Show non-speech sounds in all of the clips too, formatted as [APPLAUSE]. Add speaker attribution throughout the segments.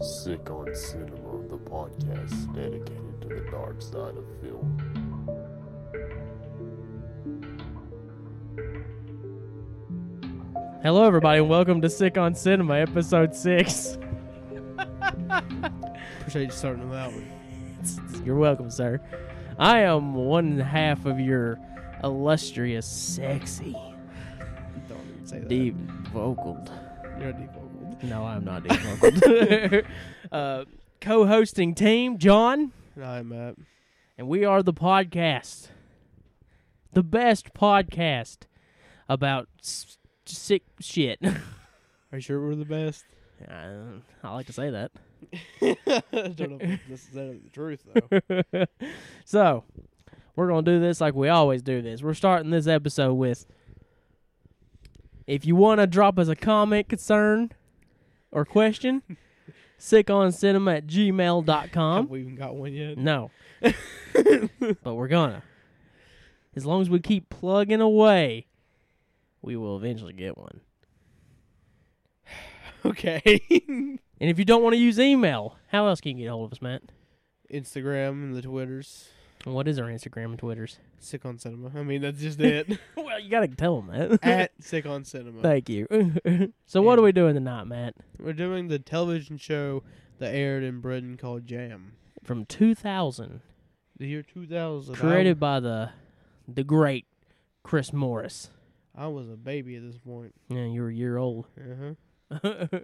Speaker 1: Sick on Cinema, the podcast dedicated to the dark side of film.
Speaker 2: Hello, everybody, and welcome to Sick on Cinema, episode six.
Speaker 3: Appreciate you starting them out.
Speaker 2: You're welcome, sir. I am one half of your illustrious, sexy,
Speaker 3: Don't even say that.
Speaker 2: deep vocaled.
Speaker 3: You're a deep vocal.
Speaker 2: No, I'm not [LAUGHS] deep vocaled. [LAUGHS] uh, Co hosting team, John,
Speaker 3: And I'm Matt.
Speaker 2: and we are the podcast. The best podcast about s- sick shit. [LAUGHS]
Speaker 3: Are you sure we're the [LAUGHS] best?
Speaker 2: I, I like to say that.
Speaker 3: Don't know if this is that the truth [LAUGHS] though.
Speaker 2: [LAUGHS] so we're gonna do this like we always do this. We're starting this episode with if you wanna drop us a comment, concern, or [LAUGHS] question, sickoncinema at
Speaker 3: Have
Speaker 2: gmail.com.
Speaker 3: we even got one yet?
Speaker 2: [LAUGHS] No. but we're gonna. As long as we keep plugging away, we will eventually get one.
Speaker 3: Okay.
Speaker 2: And if you don't want to use email, how else can you get a hold of us, Matt?
Speaker 3: Instagram and the Twitters.
Speaker 2: And What is our Instagram and Twitters?
Speaker 3: Sick on cinema. I mean that's just [LAUGHS] it.
Speaker 2: [LAUGHS] well, you gotta tell them that. [LAUGHS]
Speaker 3: At sick on cinema.
Speaker 2: Thank you. [LAUGHS] so what are we doing tonight, Matt?
Speaker 3: We're doing the television show that aired in Britain called Jam.
Speaker 2: From 2000,
Speaker 3: The year 2000. I-
Speaker 2: created by the the great Chris Morris.
Speaker 3: I, was a baby at this point.
Speaker 2: Yeah, you were a year old. [LAUGHS]
Speaker 3: Uh huh.
Speaker 2: yeah,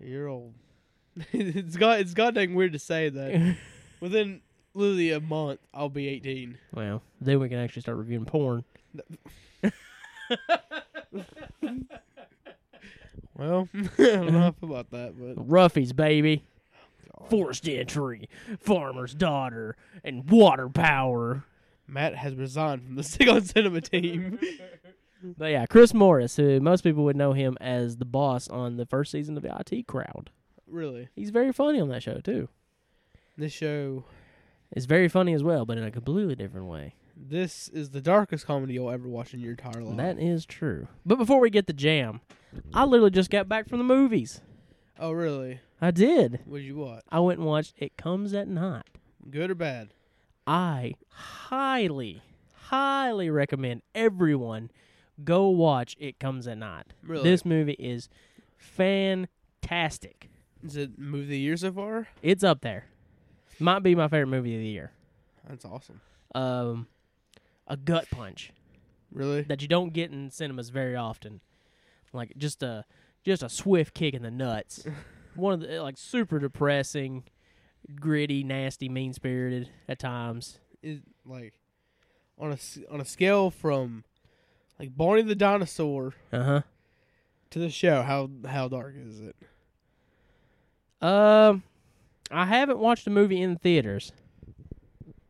Speaker 3: A year old. [LAUGHS] it's got it's goddamn weird to say [LAUGHS] that. Within literally a month, I'll be 18.
Speaker 2: well, then we can actually start reviewing porn. [LAUGHS]
Speaker 3: Well, [LAUGHS] I don't know about that, but
Speaker 2: Ruffies, baby.
Speaker 3: God.
Speaker 2: Forced entry, farmer's daughter, and water power.
Speaker 3: Matt has resigned from the [LAUGHS] Sick on
Speaker 2: [LAUGHS]
Speaker 3: Cinema team.
Speaker 2: But yeah, Chris Morris, who most people would know him as the boss on the first season of the IT Crowd.
Speaker 3: really,
Speaker 2: He's very funny on that show too.
Speaker 3: this show,
Speaker 2: It's very funny as well, but in a completely different way.
Speaker 3: this is the darkest comedy you'll ever watch in your entire life.
Speaker 2: That is true. But before we get the jam, I literally just got back from the movies.
Speaker 3: oh, really?
Speaker 2: I did.
Speaker 3: What'd you watch?
Speaker 2: I went and watched It Comes at Night.
Speaker 3: Good or bad?
Speaker 2: I highly, highly recommend everyone go watch It Comes at Night.
Speaker 3: Really?
Speaker 2: This movie is fantastic.
Speaker 3: Is it movie of the year so far?
Speaker 2: It's up there. Might be my favorite movie of the year.
Speaker 3: That's awesome.
Speaker 2: Um, a gut punch.
Speaker 3: Really?
Speaker 2: that you don't get in cinemas very often. Like just a just a swift kick in the nuts. One of the like super depressing, gritty, nasty, mean spirited at times.
Speaker 3: Is like on a s- on a scale from like Barney the dinosaur
Speaker 2: Uh
Speaker 3: to the show. How how dark is it?
Speaker 2: huh. Um, I haven't watched a movie in theaters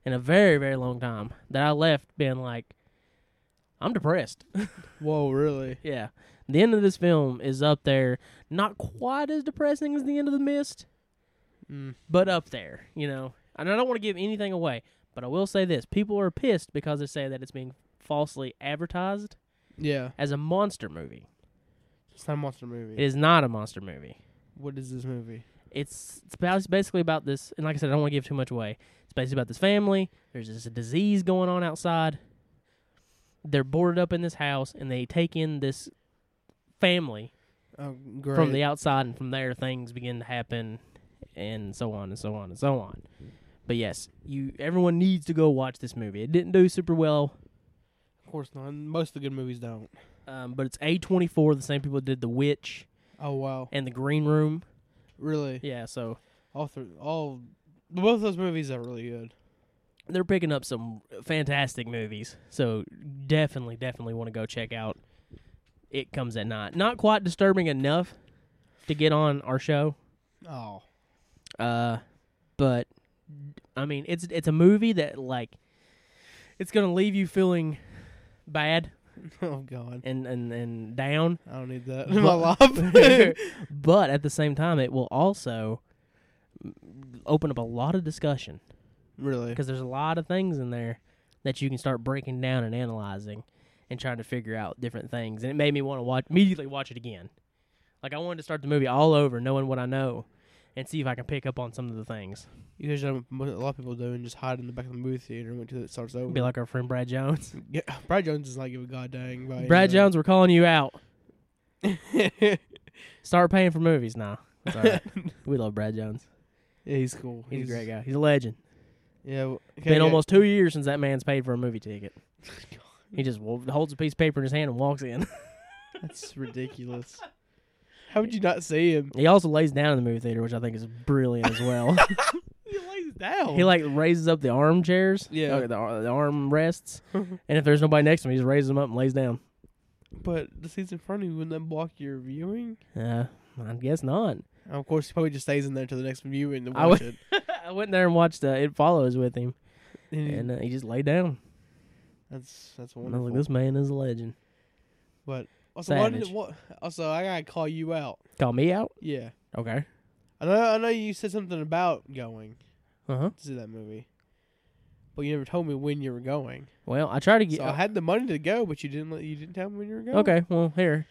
Speaker 2: in a very very long time that I left being like, I'm depressed. [LAUGHS]
Speaker 3: Whoa, really?
Speaker 2: yeah. The end of this film is up there, not quite as depressing as the end of The Mist,
Speaker 3: Mm.
Speaker 2: but up there, you know. And I don't want to give anything away, but I will say this: people are pissed because they say that it's being falsely advertised
Speaker 3: Yeah,
Speaker 2: as a monster movie.
Speaker 3: it's not a monster movie.
Speaker 2: It is not a monster movie.
Speaker 3: what is this movie?
Speaker 2: It's it's about- it's basically about this, and like I said, I don't want to give too much away. It's basically about this family. There's this disease going on outside. They're boarded up in this house, and they take in this family
Speaker 3: Oh, great.
Speaker 2: from the outside, and from there things begin to happen, and so on and so on and so on. But yes, you everyone needs to go watch this movie. It didn't do super well,
Speaker 3: Of course not. and Most of the good movies don't.
Speaker 2: um, but it's A twenty four, the same people that did The Witch
Speaker 3: Oh wow,
Speaker 2: and The Green Room.
Speaker 3: really?
Speaker 2: Yeah, so
Speaker 3: All three, all both those movies are really good. [LAUGHS]
Speaker 2: they're picking up some fantastic movies. So definitely, definitely want to go check out. It comes at night. Not quite disturbing enough to get on our show,
Speaker 3: Oh,
Speaker 2: Uh, but I mean, it's it's a movie that like it's gonna leave you feeling bad
Speaker 3: oh god,
Speaker 2: and and and down.
Speaker 3: I don't need that in
Speaker 2: [LAUGHS]
Speaker 3: my life. [LAUGHS]
Speaker 2: but at the same time, it will also open up a lot of discussion
Speaker 3: really?
Speaker 2: because there's a lot of things in there that you can start breaking down and analyzing and trying to figure out different things. And it made me want to watch immediately watch it again. Like I wanted to start the movie all over, knowing what I know, and see if I can pick up on some of the things.
Speaker 3: You guys know what a lot of people do and just hide in the back of the movie theater until it starts over.
Speaker 2: Be like our friend Brad Jones.
Speaker 3: yeah, Brad Jones does not give a goddamn. about
Speaker 2: Brad
Speaker 3: anything.
Speaker 2: Jones, we're calling you out.
Speaker 3: [LAUGHS]
Speaker 2: Start paying for movies now. It's all right. we love Brad Jones.
Speaker 3: yeah, he's cool.
Speaker 2: He's, a great guy. He's a legend.
Speaker 3: Yeah, well, okay,
Speaker 2: Been
Speaker 3: yeah.
Speaker 2: almost two years since that man's paid for a movie ticket. He just wo- holds a piece of paper in his hand and walks in. [LAUGHS]
Speaker 3: That's ridiculous. How would you not see him?
Speaker 2: he also lays down in the movie theater, which I think is brilliant as well.
Speaker 3: He lays down.
Speaker 2: he like raises up the armchairs,
Speaker 3: Yeah.
Speaker 2: uh, the, ar- the arm rests, and if there's nobody next to him, he just raises them up and lays down.
Speaker 3: but the seats in front of you wouldn't that block your viewing?
Speaker 2: Uh, I guess not.
Speaker 3: And of course, he probably just stays in there till the next viewing to
Speaker 2: I
Speaker 3: watch it.
Speaker 2: I went there and watched uh, It Follows with him,
Speaker 3: And he-
Speaker 2: and uh, he just laid down.
Speaker 3: that's that's
Speaker 2: And I
Speaker 3: wonderful.
Speaker 2: was like, this man is a legend.
Speaker 3: but also, why did,
Speaker 2: savage.
Speaker 3: what, also, I gotta call you out.
Speaker 2: Call me out.
Speaker 3: Yeah,
Speaker 2: Okay.
Speaker 3: I know. I know you said something about going
Speaker 2: Uh huh.
Speaker 3: to see that movie, but you never told me when you were going.
Speaker 2: Well, I try to get.
Speaker 3: So I had the money to go, but you didn't. Let, you didn't tell me when you were going.
Speaker 2: okay. Well, here.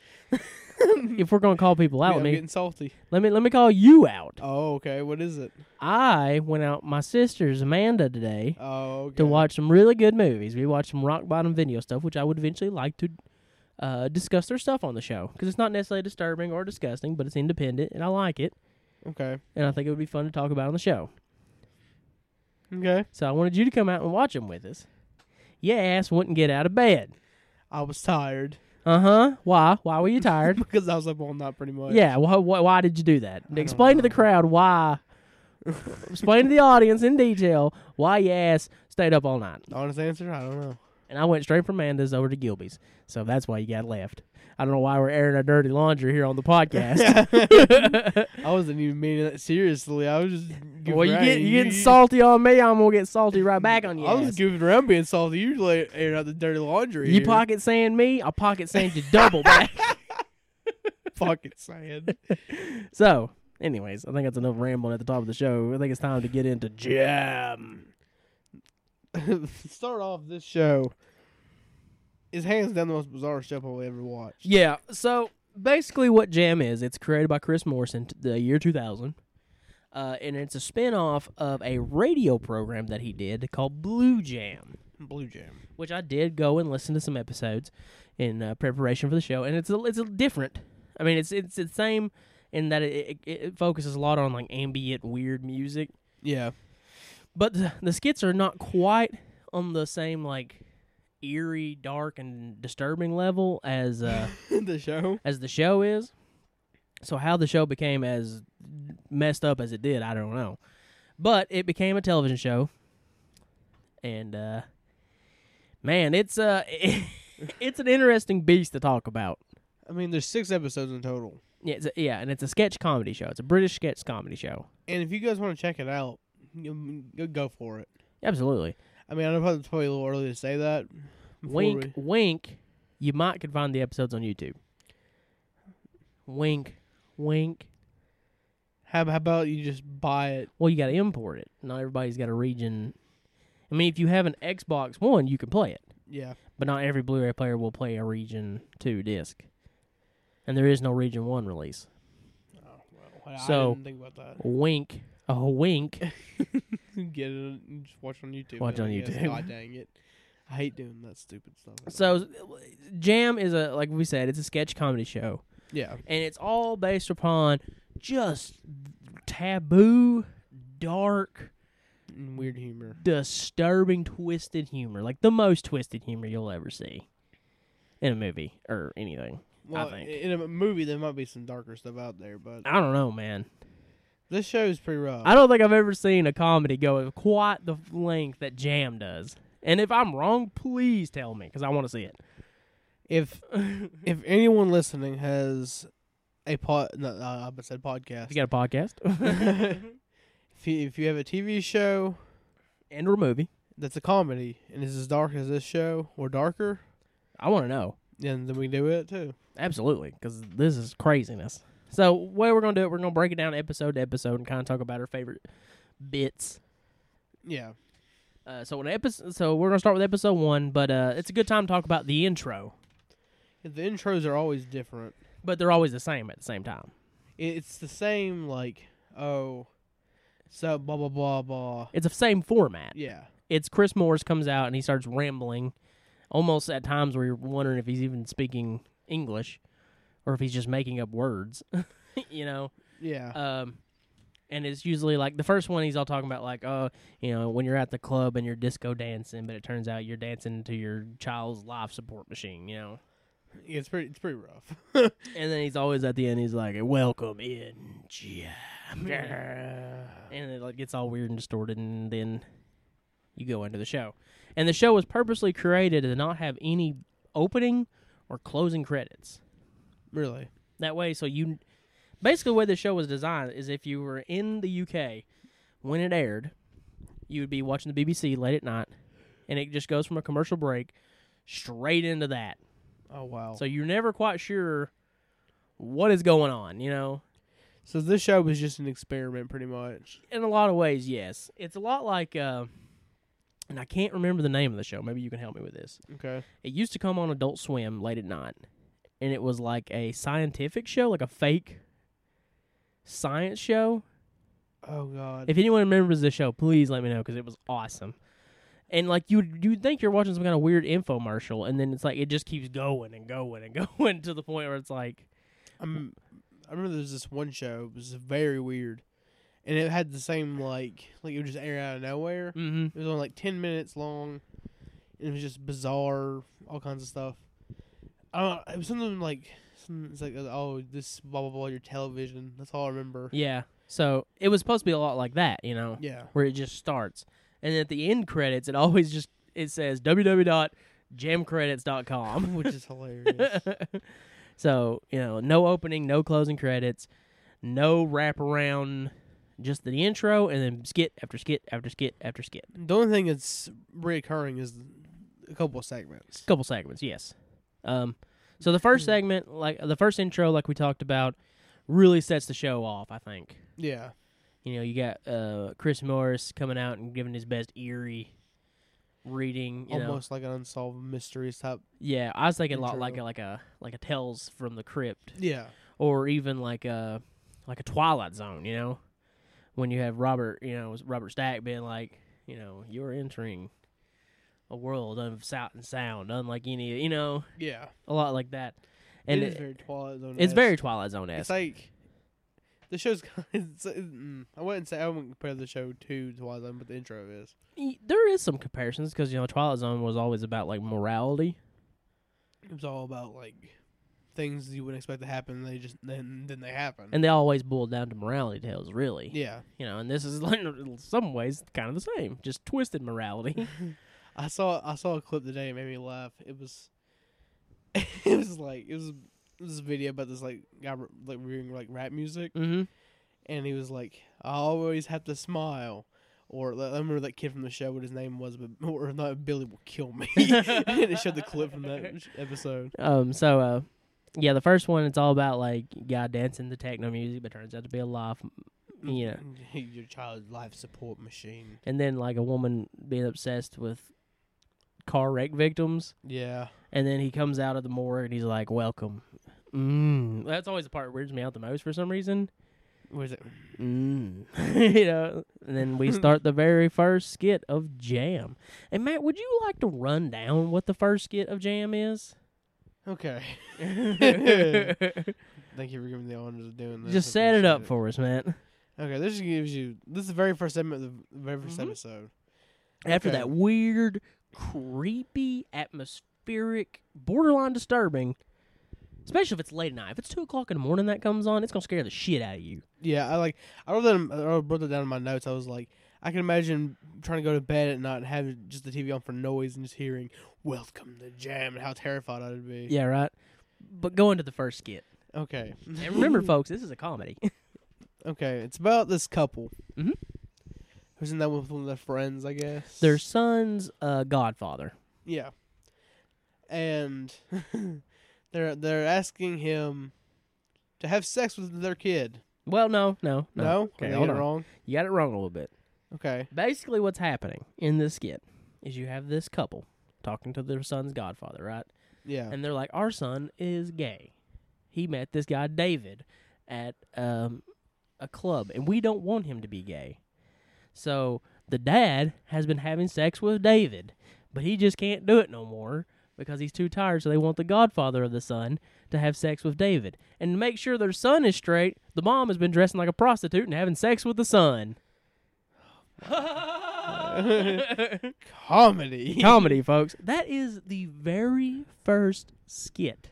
Speaker 2: if we're gonna call people
Speaker 3: Yeah,
Speaker 2: out,
Speaker 3: I'm
Speaker 2: let me
Speaker 3: getting salty.
Speaker 2: let me let me call you out.
Speaker 3: Oh, okay. What is it?
Speaker 2: I went out with my sister's Amanda today
Speaker 3: Oh, okay.
Speaker 2: to watch some really good movies. We watched some rock bottom video stuff, which I would eventually like to uh, discuss their stuff on the show because it's not necessarily disturbing or disgusting, but it's independent and I like it,
Speaker 3: Okay.
Speaker 2: and I think it would be fun to talk about on the show.
Speaker 3: Okay.
Speaker 2: So I wanted you to come out and watch them with us. Your ass wouldn't get out of bed.
Speaker 3: I was tired [LAUGHS]
Speaker 2: Uh huh. Why? Why were you tired?
Speaker 3: because I was up all night pretty much.
Speaker 2: yeah. Why, why, why did you do that? Explain to the crowd why. explain to the audience in detail why your ass stayed up all night.
Speaker 3: The honest answer, I don't know.
Speaker 2: And I went straight from Amanda's over to Gilby's. So that's why you got left. I don't know why we're airing our dirty laundry here on the podcast.
Speaker 3: I wasn't even meaning that seriously. I was just goofing
Speaker 2: well, you
Speaker 3: around.
Speaker 2: get you getting salty on me, I'm gonna get salty right back on you.
Speaker 3: I was goofing around being salty. You like airing out the dirty laundry.
Speaker 2: You
Speaker 3: here. [LAUGHS]
Speaker 2: pocket sand me, I pocket sand you double [LAUGHS] back.
Speaker 3: pocket [LAUGHS] sand.
Speaker 2: So, anyways, I think that's enough rambling at the top of the show. I think it's time to get into jam.
Speaker 3: Start off this show is hands down the most bizarre show I've ever watched.
Speaker 2: Yeah. So basically, what Jam is, it's created by Chris Morrison t- the year 2000, uh, and it's a spin off of a radio program that he did called Blue Jam,
Speaker 3: Blue Jam.
Speaker 2: which I did go and listen to some episodes in uh, preparation for the show, and it's a, it's a different. I mean, it's it's the same in that it, it, it focuses a lot on like ambient weird music.
Speaker 3: Yeah.
Speaker 2: but the, the skits are not quite on the same like eerie, dark, and disturbing level as uh,
Speaker 3: [LAUGHS] the show.
Speaker 2: as the show is. So how the show became as messed up as it did, I don't know. But it became a television show, and uh, man, it's uh, [LAUGHS] it's an interesting beast to talk about.
Speaker 3: I mean, there's six episodes in total.
Speaker 2: Yeah, it's a, yeah, and it's a sketch comedy show. It's a British sketch comedy show.
Speaker 3: And if you guys want to check it out, you- you go for it.
Speaker 2: Absolutely.
Speaker 3: I mean, I know it's probably a little early to say that. before
Speaker 2: Wink,
Speaker 3: we-
Speaker 2: wink. You might could find the episodes on YouTube. Wink, wink.
Speaker 3: How, how about you just buy it?
Speaker 2: Well, you got to import it. Not everybody's got a region. I mean, if you have an Xbox One, you can play it,
Speaker 3: Yeah.
Speaker 2: but not every Blu-ray player will play a region two disc. And there is no region one release.
Speaker 3: Oh, well,
Speaker 2: So-
Speaker 3: I didn't think about
Speaker 2: Wink, a wink.
Speaker 3: that. Get it and just watch on YouTube.
Speaker 2: Watch
Speaker 3: then,
Speaker 2: on
Speaker 3: I guess.
Speaker 2: YouTube.
Speaker 3: God dang it. I hate doing that stupid stuff.
Speaker 2: So, Jam is a like we said, it's a sketch comedy show.
Speaker 3: yeah.
Speaker 2: and it's all based upon just taboo, dark,
Speaker 3: and mm, Weird humor.
Speaker 2: disturbing, twisted humor. Like the most twisted humor you'll ever see in a movie or anything.
Speaker 3: Well,
Speaker 2: think.
Speaker 3: in a movie there might be some darker stuff out there, but
Speaker 2: I don't know, man.
Speaker 3: this show is pretty rough.
Speaker 2: I don't think I've ever seen a comedy go quite the length that Jam does. And if I'm wrong, please tell me because I want to see it. [LAUGHS]
Speaker 3: if if anyone listening has a pod, no, uh, I almost said
Speaker 2: [LAUGHS]
Speaker 3: podcast.
Speaker 2: You got a podcast
Speaker 3: if you, if you have a TV show
Speaker 2: and or a movie?
Speaker 3: that's a comedy and is as dark as this show or darker,
Speaker 2: I want to know.
Speaker 3: then then we do it too.
Speaker 2: Absolutely, because this is craziness. So, what we're gonna do, it, we're gonna break it down episode to episode and kind of talk about our favorite bits.
Speaker 3: Yeah.
Speaker 2: Uh, so, an episode, so we're gonna start with episode one, but uh, it's a good time to talk about the intro.
Speaker 3: The intros are always different.
Speaker 2: But they're always the same at the same time.
Speaker 3: It's the same like oh, so blah blah blah blah.
Speaker 2: It's the same format.
Speaker 3: Yeah,
Speaker 2: It's Chris Morris comes out and he starts rambling, almost at times where you're wondering if he's even speaking English, or if he's just making up words. [LAUGHS] you know.
Speaker 3: yeah.
Speaker 2: Um, and it's usually like the first one he's all talking about like, oh, you know, when you're at the club and you're disco dancing, but it turns out you're dancing to your child's life support machine, you know.
Speaker 3: yeah it's pretty. It's pretty rough. [LAUGHS]
Speaker 2: And then he's always at the end, he's like, "Welcome in, Jim," and it like gets all weird and distorted, and then you go into the show. And the show was purposely created to not have any opening or closing credits.
Speaker 3: really.
Speaker 2: That way, so you basically the way the show was designed is if you were in the UK when it aired, you would be watching the BBC late at night, and it just goes from a commercial break straight into that.
Speaker 3: Oh wow.
Speaker 2: So
Speaker 3: So,
Speaker 2: you're never quite sure what is going on, you know?
Speaker 3: this show was just an experiment, pretty much.
Speaker 2: In a lot of ways, yes. It's a lot like, uh, and I can't remember the name of the show. Maybe you can help me with this.
Speaker 3: Okay.
Speaker 2: It used to come on Adult Swim late at night, and it was like a scientific show, like a fake science show.
Speaker 3: Oh god.
Speaker 2: If anyone remembers the show, please let me know because it was awesome. And like you, you think you're watching some kind of weird infomercial, and then it's like it just keeps going and going and [LAUGHS] going to the point where it's like,
Speaker 3: I'm, I remember there was this one show. It was very weird, and it had the same like like it would just air out of nowhere.
Speaker 2: mm-hmm.
Speaker 3: It was only like ten minutes long, and it was just bizarre, all kinds of stuff. I don't. It was something like something, it's like oh this blah blah blah your television. That's all I remember.
Speaker 2: yeah. So it was supposed to be a lot like that, you know,
Speaker 3: Yeah. [LAUGHS]
Speaker 2: where it just starts, and at the end credits, it always just it says www.jamcredits.com. [LAUGHS]
Speaker 3: which is hilarious.
Speaker 2: so you know, no opening, no closing credits, no wraparound, just the intro, and then skit after skit after skit after skit.
Speaker 3: the only thing that's reoccurring is a couple of segments.
Speaker 2: couple segments yes um so the first segment like the first intro like we talked about really sets the show off i think
Speaker 3: Yeah,
Speaker 2: you know you got uh chris morris coming out and giving his best eerie reading you know.
Speaker 3: almost like an unsolved mysteries type.
Speaker 2: yeah i was thinking a lot
Speaker 3: Intro.
Speaker 2: like a like a like a tales from the crypt
Speaker 3: Yeah,
Speaker 2: or even like a like a twilight zone you know when you have robert you know robert stack being like you know you're entering a world of sound and sound unlike any you know
Speaker 3: yeah.
Speaker 2: a lot like that and
Speaker 3: it is
Speaker 2: it-
Speaker 3: very Twilight Zone.
Speaker 2: It's very Twilight Zone
Speaker 3: It's
Speaker 2: esque.
Speaker 3: like the show's. [LAUGHS] It's, mm, I wouldn't say I wouldn't compare the show to Twilight Zone, but the intro is.
Speaker 2: there is some comparisons because you know Twilight Zone was always about like morality.
Speaker 3: It was all about like things you wouldn't expect to happen. They just then then they happen.
Speaker 2: And they always boiled down to morality tales, really.
Speaker 3: yeah,
Speaker 2: You know, and this is [LAUGHS] like in some ways kind of the same, just twisted morality. [LAUGHS]
Speaker 3: I saw I saw a clip today. It made me laugh. It was [LAUGHS] it was like it was it was a video about this like guy re- like reviewing like rap music,
Speaker 2: mm-hmm.
Speaker 3: and he was like, "I always have to smile." Or like, I remember that kid from the show, what his name was, but [LAUGHS] or not Billy will kill me. [LAUGHS] and it showed the clip from that sh- episode.
Speaker 2: Um. So, uh, yeah, the first one it's all about like guy dancing to techno music, but turns out to be a life. Yeah.
Speaker 3: [LAUGHS] Your child's life support machine.
Speaker 2: And then like a woman being obsessed with car wreck victims,
Speaker 3: Yeah.
Speaker 2: and then he comes out of the morgue and he's like, "Welcome." Mm. That's always the part that weirds me out the most for some reason.
Speaker 3: Where's it?
Speaker 2: Mm. [LAUGHS] you know, and then we start the very first skit of Jam. And Matt, would you like to run down what the first skit of Jam is?
Speaker 3: Okay.
Speaker 2: Just
Speaker 3: Thank you for giving me the honors of doing this. I
Speaker 2: set it up
Speaker 3: appreciate
Speaker 2: for us, Matt.
Speaker 3: Okay, this just gives you. This is the very first segment of the very 1st
Speaker 2: Mhm.
Speaker 3: episode.
Speaker 2: After
Speaker 3: Okay.
Speaker 2: that weird, creepy, atmospheric, borderline disturbing, especially if it's late at night. If it's two o'clock in the morning that comes on, it's gonna scare the shit out of you.
Speaker 3: Yeah, I like. I wrote that. in- I wrote that down in my notes. I was like, I can imagine trying to go to bed at night and having just the TV on for noise and just hearing "Welcome to Jam" and how terrified I'd be.
Speaker 2: Yeah, right. But going to the first skit,
Speaker 3: Okay.
Speaker 2: and remember, folks, this is a comedy.
Speaker 3: Okay, it's about this couple.
Speaker 2: Mhm.
Speaker 3: Who's in that with one of their friends? I guess.
Speaker 2: Their son's uh, godfather.
Speaker 3: Yeah. And [LAUGHS] they're they're asking him to have sex with their kid.
Speaker 2: Well, no, no, no.
Speaker 3: No, Did I
Speaker 2: Okay,
Speaker 3: get
Speaker 2: hold
Speaker 3: it
Speaker 2: on.
Speaker 3: wrong.
Speaker 2: You got it wrong a little bit.
Speaker 3: Okay.
Speaker 2: Basically, what's happening in this skit is you have this couple talking to their son's godfather, right?
Speaker 3: Yeah.
Speaker 2: And they're like, "Our son is gay. He met this guy David at um, a club, and we don't want him to be gay. So the dad has been having sex with David, but he just can't do it no more because he's too tired. So they want the godfather of the son to have sex with David. And to make sure their son is straight, the mom has been dressing like a prostitute and having sex with the son. [LAUGHS]
Speaker 3: [LAUGHS] Comedy.
Speaker 2: Comedy, folks. That is the very first skit.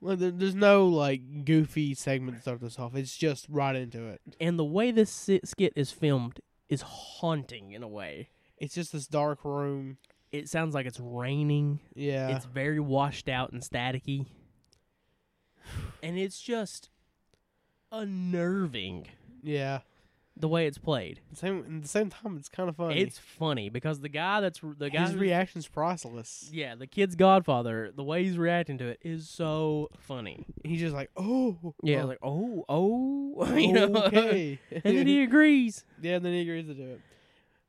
Speaker 3: Well, there, there's no like goofy segment to start this off. It's just right into it.
Speaker 2: And the way this si- skit is filmed is haunting in a way.
Speaker 3: It's just this dark room.
Speaker 2: It sounds like it's raining.
Speaker 3: Yeah.
Speaker 2: It's very washed out and staticky. And it's just unnerving
Speaker 3: yeah.
Speaker 2: the way it's played.
Speaker 3: The same. At the same time, it's kind of funny.
Speaker 2: It's funny because the guy that's the guy
Speaker 3: his
Speaker 2: who-
Speaker 3: reaction's priceless.
Speaker 2: yeah, the kid's godfather, the way he's reacting to it is so funny.
Speaker 3: He's just like, [GASPS] oh,
Speaker 2: Yeah,
Speaker 3: oh,
Speaker 2: like [LAUGHS] oh, oh, [LAUGHS] you know.
Speaker 3: okay.
Speaker 2: [LAUGHS] and then he agrees.
Speaker 3: [LAUGHS] yeah, then he agrees to do it.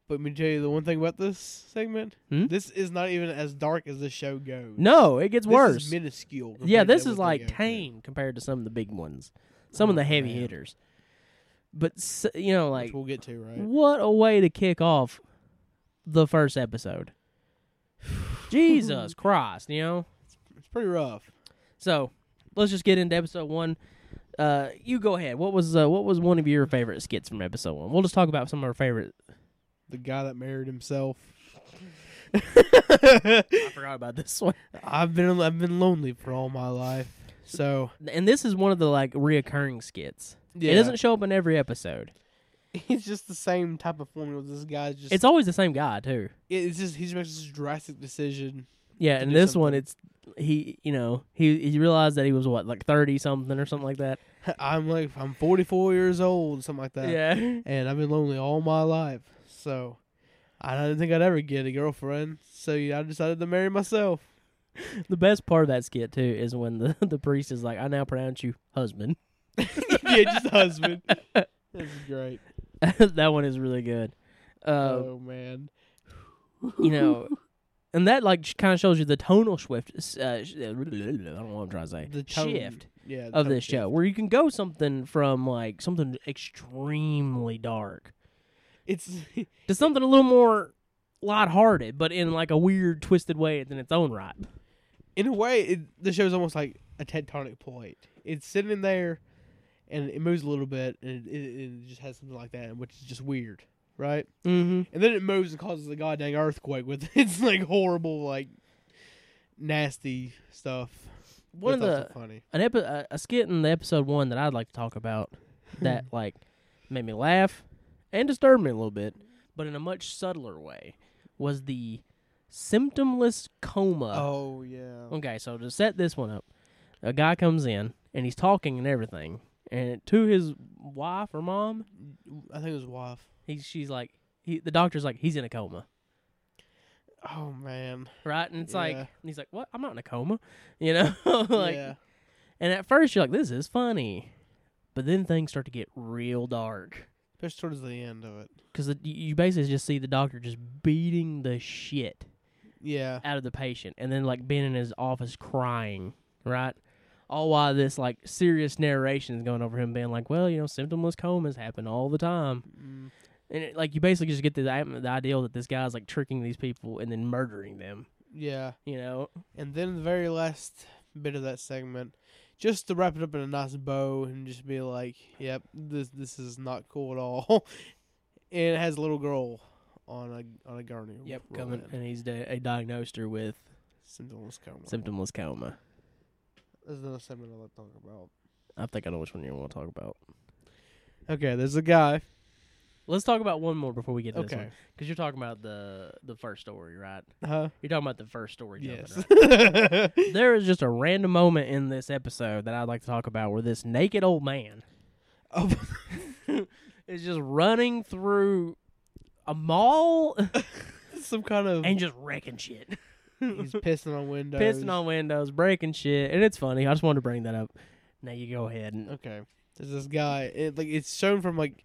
Speaker 3: But let me tell you the one thing about this segment.
Speaker 2: Hmm?
Speaker 3: This is not even as dark as the show goes.
Speaker 2: No, it gets
Speaker 3: This is
Speaker 2: worse.
Speaker 3: minuscule.
Speaker 2: yeah,
Speaker 3: compared to
Speaker 2: this is
Speaker 3: what they
Speaker 2: like
Speaker 3: go through.
Speaker 2: tame compared to some of the big ones, some of
Speaker 3: Oh,
Speaker 2: the heavy
Speaker 3: man.
Speaker 2: hitters. But s- you know, like
Speaker 3: Which we'll get to right.
Speaker 2: What a way to kick off the first episode. [SIGHS]
Speaker 3: [LAUGHS]
Speaker 2: Jesus Christ, you know?
Speaker 3: It's pretty rough.
Speaker 2: So let's just get into episode one. Uh, you go ahead. What was uh, what was one of your favorite skits from episode one? We'll just talk about some of our favorite.
Speaker 3: The guy that married himself.
Speaker 2: I forgot about this one. [LAUGHS]
Speaker 3: I've been I've been lonely for all my life. So
Speaker 2: And this is one of the like reoccurring skits. It doesn't show up in every episode.
Speaker 3: It's just the same type of formula. This guy's just.
Speaker 2: It's always the same guy too.
Speaker 3: It's just he just makes this drastic decision. [LAUGHS]
Speaker 2: Yeah,
Speaker 3: To
Speaker 2: and
Speaker 3: do
Speaker 2: this one
Speaker 3: something.
Speaker 2: it's he you know he he realized that he was what like thirty something or something like that.
Speaker 3: I'm like I'm 44 years old, something like that.
Speaker 2: yeah. [LAUGHS]
Speaker 3: And I've been lonely all my life. So I didn't think I'd ever get a girlfriend. So yeah, I decided to marry myself. [LAUGHS]
Speaker 2: The best part of that skit too is when the, [LAUGHS] the priest is like, "I now pronounce you husband." [LAUGHS]
Speaker 3: yeah, just husband. That's great.
Speaker 2: that one is really good. Uh,
Speaker 3: oh man.
Speaker 2: you
Speaker 3: [LAUGHS]
Speaker 2: know, and that like kind of shows you the tonal shift. Uh, sh- I don't know what I'm trying to say.
Speaker 3: The tone-
Speaker 2: shift
Speaker 3: Yeah.
Speaker 2: of
Speaker 3: tone
Speaker 2: this
Speaker 3: shift.
Speaker 2: show, where you can go something from like something extremely dark
Speaker 3: It's
Speaker 2: to something a little more lighthearted, but in like a weird, twisted way in its own right.
Speaker 3: in a way it, the show's almost like a tectonic plate. It's sitting there, and it moves a little bit, and it, it, it just has something like that, which is just weird, right?
Speaker 2: Mm-hmm.
Speaker 3: And then it moves and causes a goddamn earthquake with [LAUGHS] it's like horrible, like nasty stuff.
Speaker 2: One of
Speaker 3: That's
Speaker 2: the
Speaker 3: also funny.
Speaker 2: an epi- a, a skit in the episode one that I'd like to talk about
Speaker 3: [LAUGHS]
Speaker 2: that like made me laugh and disturbed me a little bit, but in a much subtler way was the symptomless coma.
Speaker 3: Oh yeah.
Speaker 2: Okay, so to set this one up, a guy comes in and he's talking and everything, and to his wife or mom,
Speaker 3: I think it was wife.
Speaker 2: he she's like, he the doctor's like, he's in a coma.
Speaker 3: Oh man.
Speaker 2: Right, and it's like,
Speaker 3: Yeah.
Speaker 2: and he's like, "What? I'm not in a coma," [LAUGHS] you know. [LAUGHS] like,
Speaker 3: yeah.
Speaker 2: and at first you're like, "This is funny," but then things start to get real dark.
Speaker 3: Especially towards the end of it.
Speaker 2: because you basically just see the doctor just beating the shit
Speaker 3: Yeah.
Speaker 2: out of the patient, and then like being in his office crying, right? All while this like serious narration is going over him, being like, "Well, you know, symptomless comas happen all the time,"
Speaker 3: Mm.
Speaker 2: and it, like you basically just get the, the idea that this guy's like tricking these people and then murdering them,
Speaker 3: Yeah.
Speaker 2: you know?
Speaker 3: And then the very last bit of that segment, just to wrap it up in a nice bow and just be like, "Yep, this this is not cool at all." [LAUGHS] and it has a little girl on a on a gurney.
Speaker 2: coming, and he's di- uh, diagnosed her with
Speaker 3: Symptoms coming.
Speaker 2: symptomless coma.
Speaker 3: There's another segment I want to talk about.
Speaker 2: I think I know which one you want to talk about.
Speaker 3: Okay, there's a guy.
Speaker 2: Let's talk about one more before we get to this
Speaker 3: Okay.
Speaker 2: one, because you're talking about the the first story, right?
Speaker 3: Huh?
Speaker 2: You're talking about the first story. jumping,
Speaker 3: Yes.
Speaker 2: right? there is just a random moment in this episode that I'd like to talk about where this naked old man
Speaker 3: [LAUGHS] Oh, [LAUGHS]
Speaker 2: is just running through a
Speaker 3: [LAUGHS]
Speaker 2: mall
Speaker 3: Some kind of
Speaker 2: and just wrecking shit,
Speaker 3: [LAUGHS] he's pissing on windows.
Speaker 2: pissing on windows, breaking shit, and it's funny. I just wanted to bring that up. Now you go ahead. [LAUGHS] And,
Speaker 3: Okay. There's this guy. It, like it's shown from like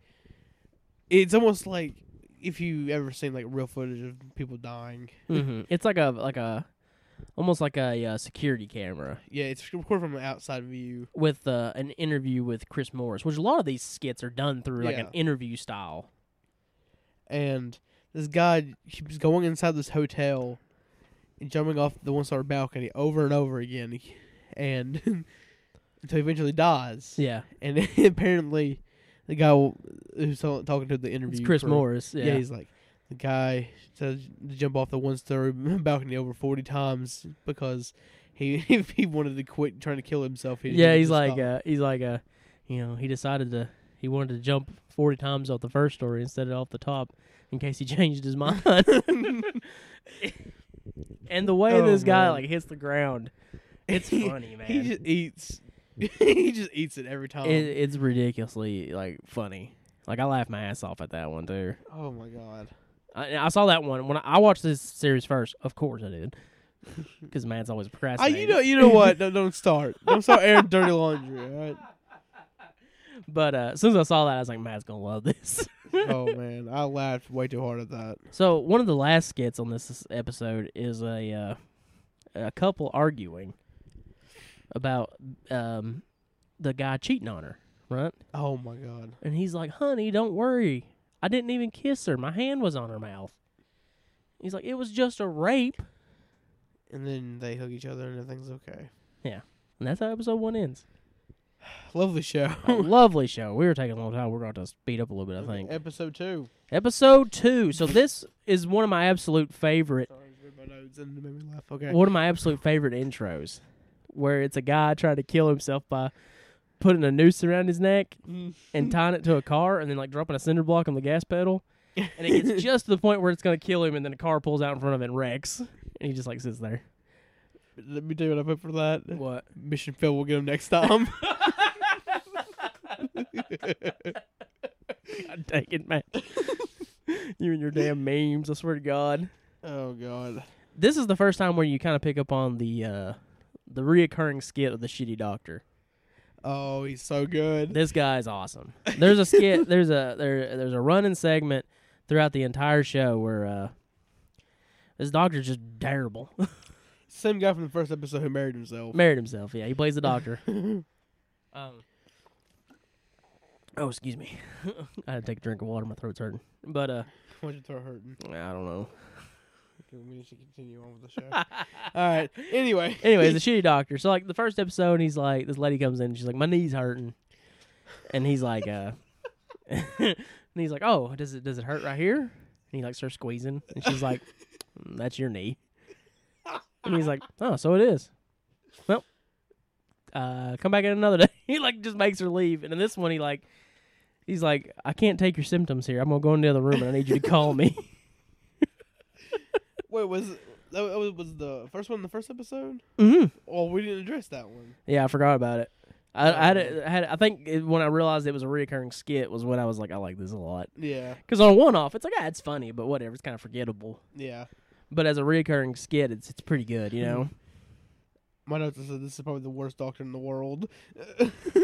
Speaker 3: it's almost like if you ever seen like real footage of people dying.
Speaker 2: Mhm. It's like a like a almost like a uh, security camera
Speaker 3: Yeah, it's recorded from an outside view.
Speaker 2: with uh, an interview with Chris Morris, which a lot of these skits are done through like an
Speaker 3: Yeah.
Speaker 2: interview style.
Speaker 3: And this guy keeps going inside this hotel and jumping off the one story balcony over and over again. And [LAUGHS] until he eventually dies.
Speaker 2: Yeah,
Speaker 3: And [LAUGHS] apparently, the guy who's ta- talking to the interview.
Speaker 2: it's Chris
Speaker 3: crew-
Speaker 2: Morris.
Speaker 3: Yeah.
Speaker 2: Yeah,
Speaker 3: he's like, the guy says to jump off the one story [LAUGHS] balcony over 40 times because he [LAUGHS] if he wanted to quit trying to kill himself. He
Speaker 2: yeah, he's like, uh, he's like, uh, you know, he decided to he wanted to jump forty times off the first story instead of off the top in case he [LAUGHS] changed his mind. and the way
Speaker 3: Oh,
Speaker 2: this guy
Speaker 3: man.
Speaker 2: like hits the ground, it's funny, man.
Speaker 3: [LAUGHS] He just oh. eats. [LAUGHS] he just eats it every time.
Speaker 2: it, it's ridiculously like funny. Like I laughed my ass off at that one too.
Speaker 3: oh my god.
Speaker 2: I, I saw that one when I, I watched this series first. Of course I did, because man's always
Speaker 3: I,
Speaker 2: procrastinating.
Speaker 3: you know, you
Speaker 2: [LAUGHS]
Speaker 3: know what? No, don't start. Don't start airing dirty laundry. All right?
Speaker 2: But uh, as soon as I saw that, I was like, Matt's gonna love this.
Speaker 3: [LAUGHS] Oh man, I laughed way too hard at that.
Speaker 2: So one of the last skits on this episode is a uh, a couple arguing about um, the guy cheating on her, right?
Speaker 3: Oh my god.
Speaker 2: And he's like, "Honey, don't worry. I didn't even kiss her. My hand was on her mouth." He's like, "It was just a rape."
Speaker 3: And then they hug each other and everything's okay.
Speaker 2: And that's how episode one ends.
Speaker 3: Lovely show.
Speaker 2: A lovely show. We were taking a long time. We're going to speed up a little bit, Oh, I think.
Speaker 3: [LAUGHS] Episode two.
Speaker 2: Episode two. So this is one of my absolute favorite
Speaker 3: Sorry, I read my notes and it made me laugh. Okay.
Speaker 2: one of my absolute favorite intros where it's a guy trying to kill himself by putting a noose around his neck
Speaker 3: Mm.
Speaker 2: and tying it to a car and then like dropping a cinder block on the gas pedal and it gets just to the point where it's going to kill him and then a car pulls out in front of it and wrecks and he just like sits there
Speaker 3: Let me tell you what I put for that.
Speaker 2: what
Speaker 3: Mission failed. We'll get him next [LAUGHS] time.
Speaker 2: god dang it man you and your damn memes i swear to god
Speaker 3: oh god.
Speaker 2: this is the first time where you kind of pick up on the uh the reoccurring skit of the shitty doctor
Speaker 3: Oh, he's so good.
Speaker 2: this guy is awesome. There's a skit. There's a there. There's a running segment throughout the entire show where uh, this doctor's just terrible. [LAUGHS]
Speaker 3: Same guy from the first episode who married [LAUGHS] himself.
Speaker 2: Married himself. Yeah, he plays the doctor. um. Oh, excuse me. [LAUGHS] I had to take a drink of water. My throat's hurting. But uh,
Speaker 3: Why'd you throw hurting?
Speaker 2: I don't know.
Speaker 3: Okay, we should continue on with the [LAUGHS] show. All right. Anyway. [LAUGHS]
Speaker 2: Anyways, the shitty doctor. So like the first episode, he's like, this lady comes in, and she's like, my knee's hurting, and he's like, uh, [LAUGHS] and he's like, oh, does it does it hurt right here? And he like starts squeezing, and she's like, "Mm, that's your knee, and he's like, oh, so it is. Well, uh, come back in another [LAUGHS] day. he like just makes her leave, and in this one, he like, he's like, I can't take your symptoms here. I'm gonna go in the other room, and I need you to call me. [LAUGHS]
Speaker 3: Wait, was that was, was the first one in the first episode?
Speaker 2: mm-hmm.
Speaker 3: Well, we didn't address that one.
Speaker 2: Yeah, I forgot about it. I, I, had,
Speaker 3: Oh.
Speaker 2: I had I think it, when I realized it was a reoccurring skit was when I was like, I like this a lot.
Speaker 3: Yeah.
Speaker 2: Because on a one-off, it's like, ah, it's funny, but whatever, it's kind of forgettable.
Speaker 3: Yeah.
Speaker 2: But as a reoccurring skit, it's it's pretty good, you know.
Speaker 3: My notes said this is probably the worst doctor in the world. [LAUGHS]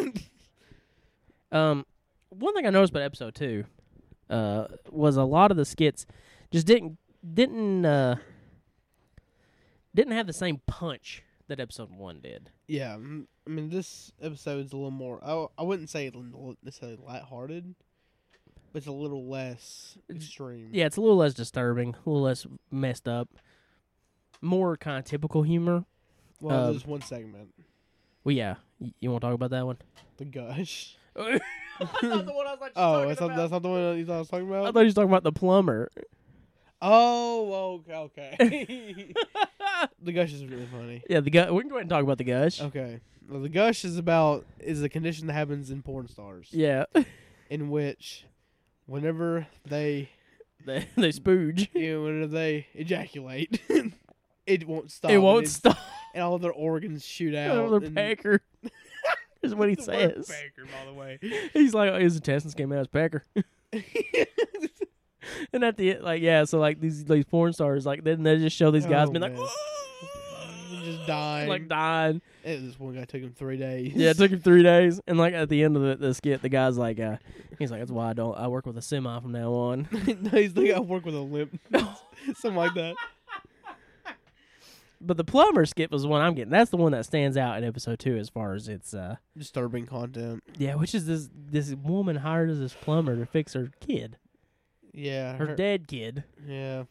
Speaker 2: Um, one thing I noticed about episode two, uh, was a lot of the skits just didn't didn't uh didn't have the same punch that episode one did.
Speaker 3: yeah. mm, I mean, this episode's a little more. I, I wouldn't say it's l- necessarily lighthearted, but it's a little less extreme.
Speaker 2: Yeah, it's a little less disturbing, a little less messed up, more kind of typical humor.
Speaker 3: Well,
Speaker 2: um,
Speaker 3: there's one segment,
Speaker 2: Well, yeah, Y- you want to talk about that one?
Speaker 3: the gush.
Speaker 2: I thought the one I was like,
Speaker 3: [LAUGHS] Oh, that's not, that's not the one you thought I was talking
Speaker 2: I
Speaker 3: about.
Speaker 2: thought you was talking about the plumber.
Speaker 3: oh, okay,
Speaker 2: [LAUGHS]
Speaker 3: okay. [LAUGHS] the gush is really funny.
Speaker 2: yeah, the guy. We can go ahead and talk about the gush.
Speaker 3: Okay. Well, the gush is about is a condition that happens in porn stars,
Speaker 2: Yeah, [LAUGHS]
Speaker 3: in which, whenever they,
Speaker 2: they, they spooge.
Speaker 3: you know, whenever they ejaculate, [LAUGHS] it won't stop.
Speaker 2: it
Speaker 3: and
Speaker 2: won't
Speaker 3: it's- [LAUGHS]
Speaker 2: stop.
Speaker 3: and all their organs shoot out.
Speaker 2: Another
Speaker 3: and-
Speaker 2: pecker. Is what he
Speaker 3: [LAUGHS] The word
Speaker 2: says.
Speaker 3: Packer, by
Speaker 2: [LAUGHS]
Speaker 3: the way.
Speaker 2: He's like, oh, his intestines came out as pecker. [LAUGHS] And at the end, like, yeah, so like these these porn stars, like, then they just show these guys
Speaker 3: Oh,
Speaker 2: being like,
Speaker 3: man. Just dying.
Speaker 2: like
Speaker 3: [LAUGHS]
Speaker 2: dying.
Speaker 3: Eh, this one guy took him three days.
Speaker 2: Yeah,
Speaker 3: [LAUGHS]
Speaker 2: it took him three days, and like at the end of the, the skit, the guy's like, uh, he's like, that's why I don't. I work with a semi from now on. [LAUGHS]
Speaker 3: [LAUGHS] no, he's like I work with a limp, something like that.
Speaker 2: but the plumber skit was the one I'm getting. That's the one that stands out in episode two as far as it's uh
Speaker 3: Disturbing content.
Speaker 2: yeah, which is this this woman hired as this plumber to fix her kid,
Speaker 3: Yeah.
Speaker 2: her
Speaker 3: her-
Speaker 2: dead kid,
Speaker 3: Yeah.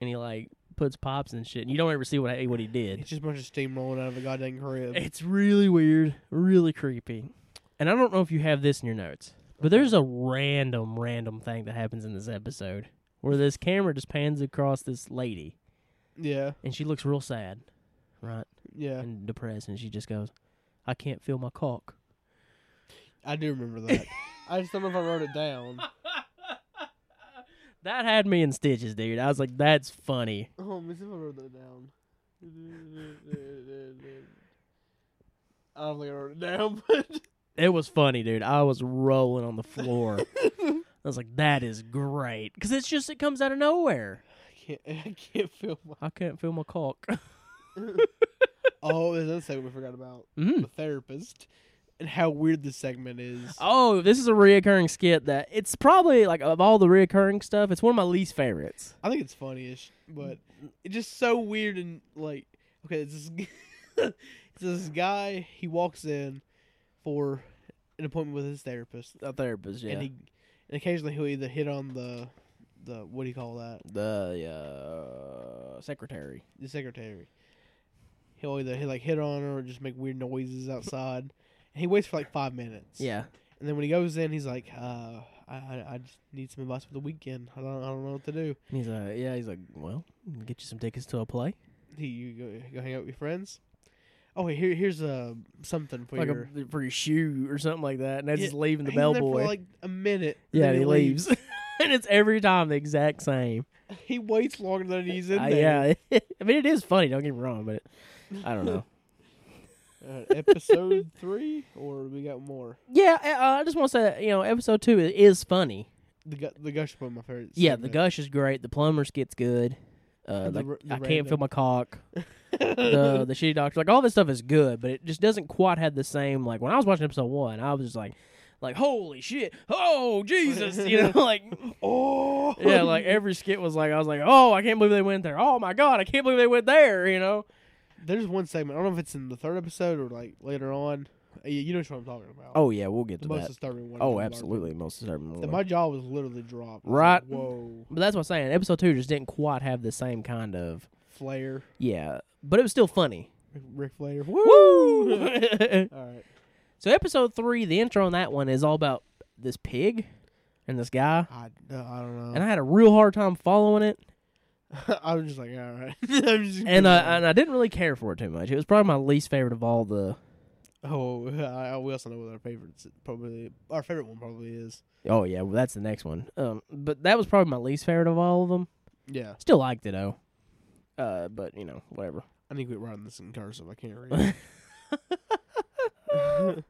Speaker 2: and he like puts pops and shit, and you don't ever see what what he did.
Speaker 3: [LAUGHS] It's just a bunch of steam rolling out of a goddamn crib.
Speaker 2: It's really weird, really creepy, and I don't know if you have this in your notes, but there's a random random thing that happens in this episode where this camera just pans across this lady,
Speaker 3: Yeah.
Speaker 2: and she looks real sad, right,
Speaker 3: Yeah.
Speaker 2: and depressed, and she just goes, "I can't feel my cock."
Speaker 3: I do remember
Speaker 2: [LAUGHS]
Speaker 3: that. I just don't know if I wrote it down.
Speaker 2: That had me in stitches, dude. I was like, "That's funny."
Speaker 3: Oh, let me see if I wrote
Speaker 2: [LAUGHS]
Speaker 3: that down. I don't think I wrote it down, [LAUGHS] but
Speaker 2: It was funny, dude. I was rolling on the [LAUGHS] floor. I was like, "That is great," because it's just it comes out of nowhere.
Speaker 3: I can't. I can't feel my.
Speaker 2: I can't feel my cock. [LAUGHS]
Speaker 3: Oh, there's another segment we forgot about
Speaker 2: Mm.
Speaker 3: the therapist and how weird this segment is.
Speaker 2: Oh, this is a reoccurring skit that it's probably like of all the reoccurring stuff, it's one of my least favorites.
Speaker 3: I think it's funny-ish, but
Speaker 2: Mm.
Speaker 3: it's just so weird and like okay, it's this, g- [LAUGHS] it's this guy. He walks in for an appointment with his therapist,
Speaker 2: The therapist, yeah.
Speaker 3: and he and occasionally he'll either hit on the the what do you call that
Speaker 2: the uh, secretary.
Speaker 3: the secretary. He'll either he like hit on her or just make weird noises outside. And he waits for like five minutes.
Speaker 2: Yeah.
Speaker 3: And then when he goes in, he's like, uh, I, I, I just need some advice for the weekend. I don't, I don't know what to do.
Speaker 2: And He's like, yeah. He's like, well, get you some tickets to a play,
Speaker 3: He, you go, go hang out with your friends. Oh, here, here's uh, something for
Speaker 2: like
Speaker 3: your.
Speaker 2: a, for your shoe or something like that, and that's
Speaker 3: Yeah,
Speaker 2: just leaving the
Speaker 3: He's in there
Speaker 2: bellboy.
Speaker 3: for like a minute. and
Speaker 2: yeah,
Speaker 3: then
Speaker 2: and he leaves, [LAUGHS] and it's every time the exact same.
Speaker 3: [LAUGHS] He waits longer than he's in
Speaker 2: Uh,
Speaker 3: there.
Speaker 2: yeah, [LAUGHS] I mean it is funny. Don't get me wrong, but I don't [LAUGHS] know.
Speaker 3: Uh, episode [LAUGHS] three, or we got more.
Speaker 2: yeah, uh, I just want to say that, you know episode two i- is funny.
Speaker 3: The gu- the gush one, my favorite.
Speaker 2: Yeah, the
Speaker 3: segment.
Speaker 2: gush is great. The plumber's gets good. Uh,
Speaker 3: And the
Speaker 2: like,
Speaker 3: r- the
Speaker 2: I can't feel
Speaker 3: random-
Speaker 2: my cock. [LAUGHS] the the shitty doctor, like all this stuff is good, but it just doesn't quite have the same. Like when I was watching episode one, I was just like, like holy shit, oh Jesus, you know, [LAUGHS] like
Speaker 3: [LAUGHS] Oh
Speaker 2: [LAUGHS] yeah, like every skit was like I was like, oh I can't believe they went there. Oh my god, I can't believe they went there. You know,
Speaker 3: [LAUGHS] There's one segment. I don't know if it's in the third episode or like later on. Uh, You you know what I'm talking about.
Speaker 2: oh yeah, we'll get
Speaker 3: the
Speaker 2: to
Speaker 3: most
Speaker 2: that.
Speaker 3: disturbing one.
Speaker 2: Oh,
Speaker 3: is the
Speaker 2: absolutely, most disturbing. one.
Speaker 3: barber. That my jaw was literally dropped. It's
Speaker 2: Right.
Speaker 3: Like, Whoa,
Speaker 2: But that's what I'm saying. Episode two just didn't quite have the same kind of
Speaker 3: Flair,
Speaker 2: yeah, but it was still funny.
Speaker 3: Rick Flair. Woo!
Speaker 2: Woo!
Speaker 3: [LAUGHS] All right,
Speaker 2: [LAUGHS] so episode three, the intro on that one is all about this pig and this guy,
Speaker 3: I, uh, I don't
Speaker 2: and
Speaker 3: know.
Speaker 2: I had a real hard time following it,
Speaker 3: [LAUGHS] I, was just like, all right. I'm just gonna
Speaker 2: and
Speaker 3: go
Speaker 2: uh,
Speaker 3: on.
Speaker 2: and I didn't really care for it too much. It was probably my least favorite of all the.
Speaker 3: oh, [LAUGHS] I, I- we also know what our favorites probably our favorite one probably is.
Speaker 2: Oh yeah, well, that's the next one. Um, but that was probably my least favorite of all of them.
Speaker 3: Yeah,
Speaker 2: Still liked it though. Uh, but you know, whatever.
Speaker 3: I need to quit writing this in cursive. I
Speaker 2: [LAUGHS]
Speaker 3: can't read.
Speaker 2: So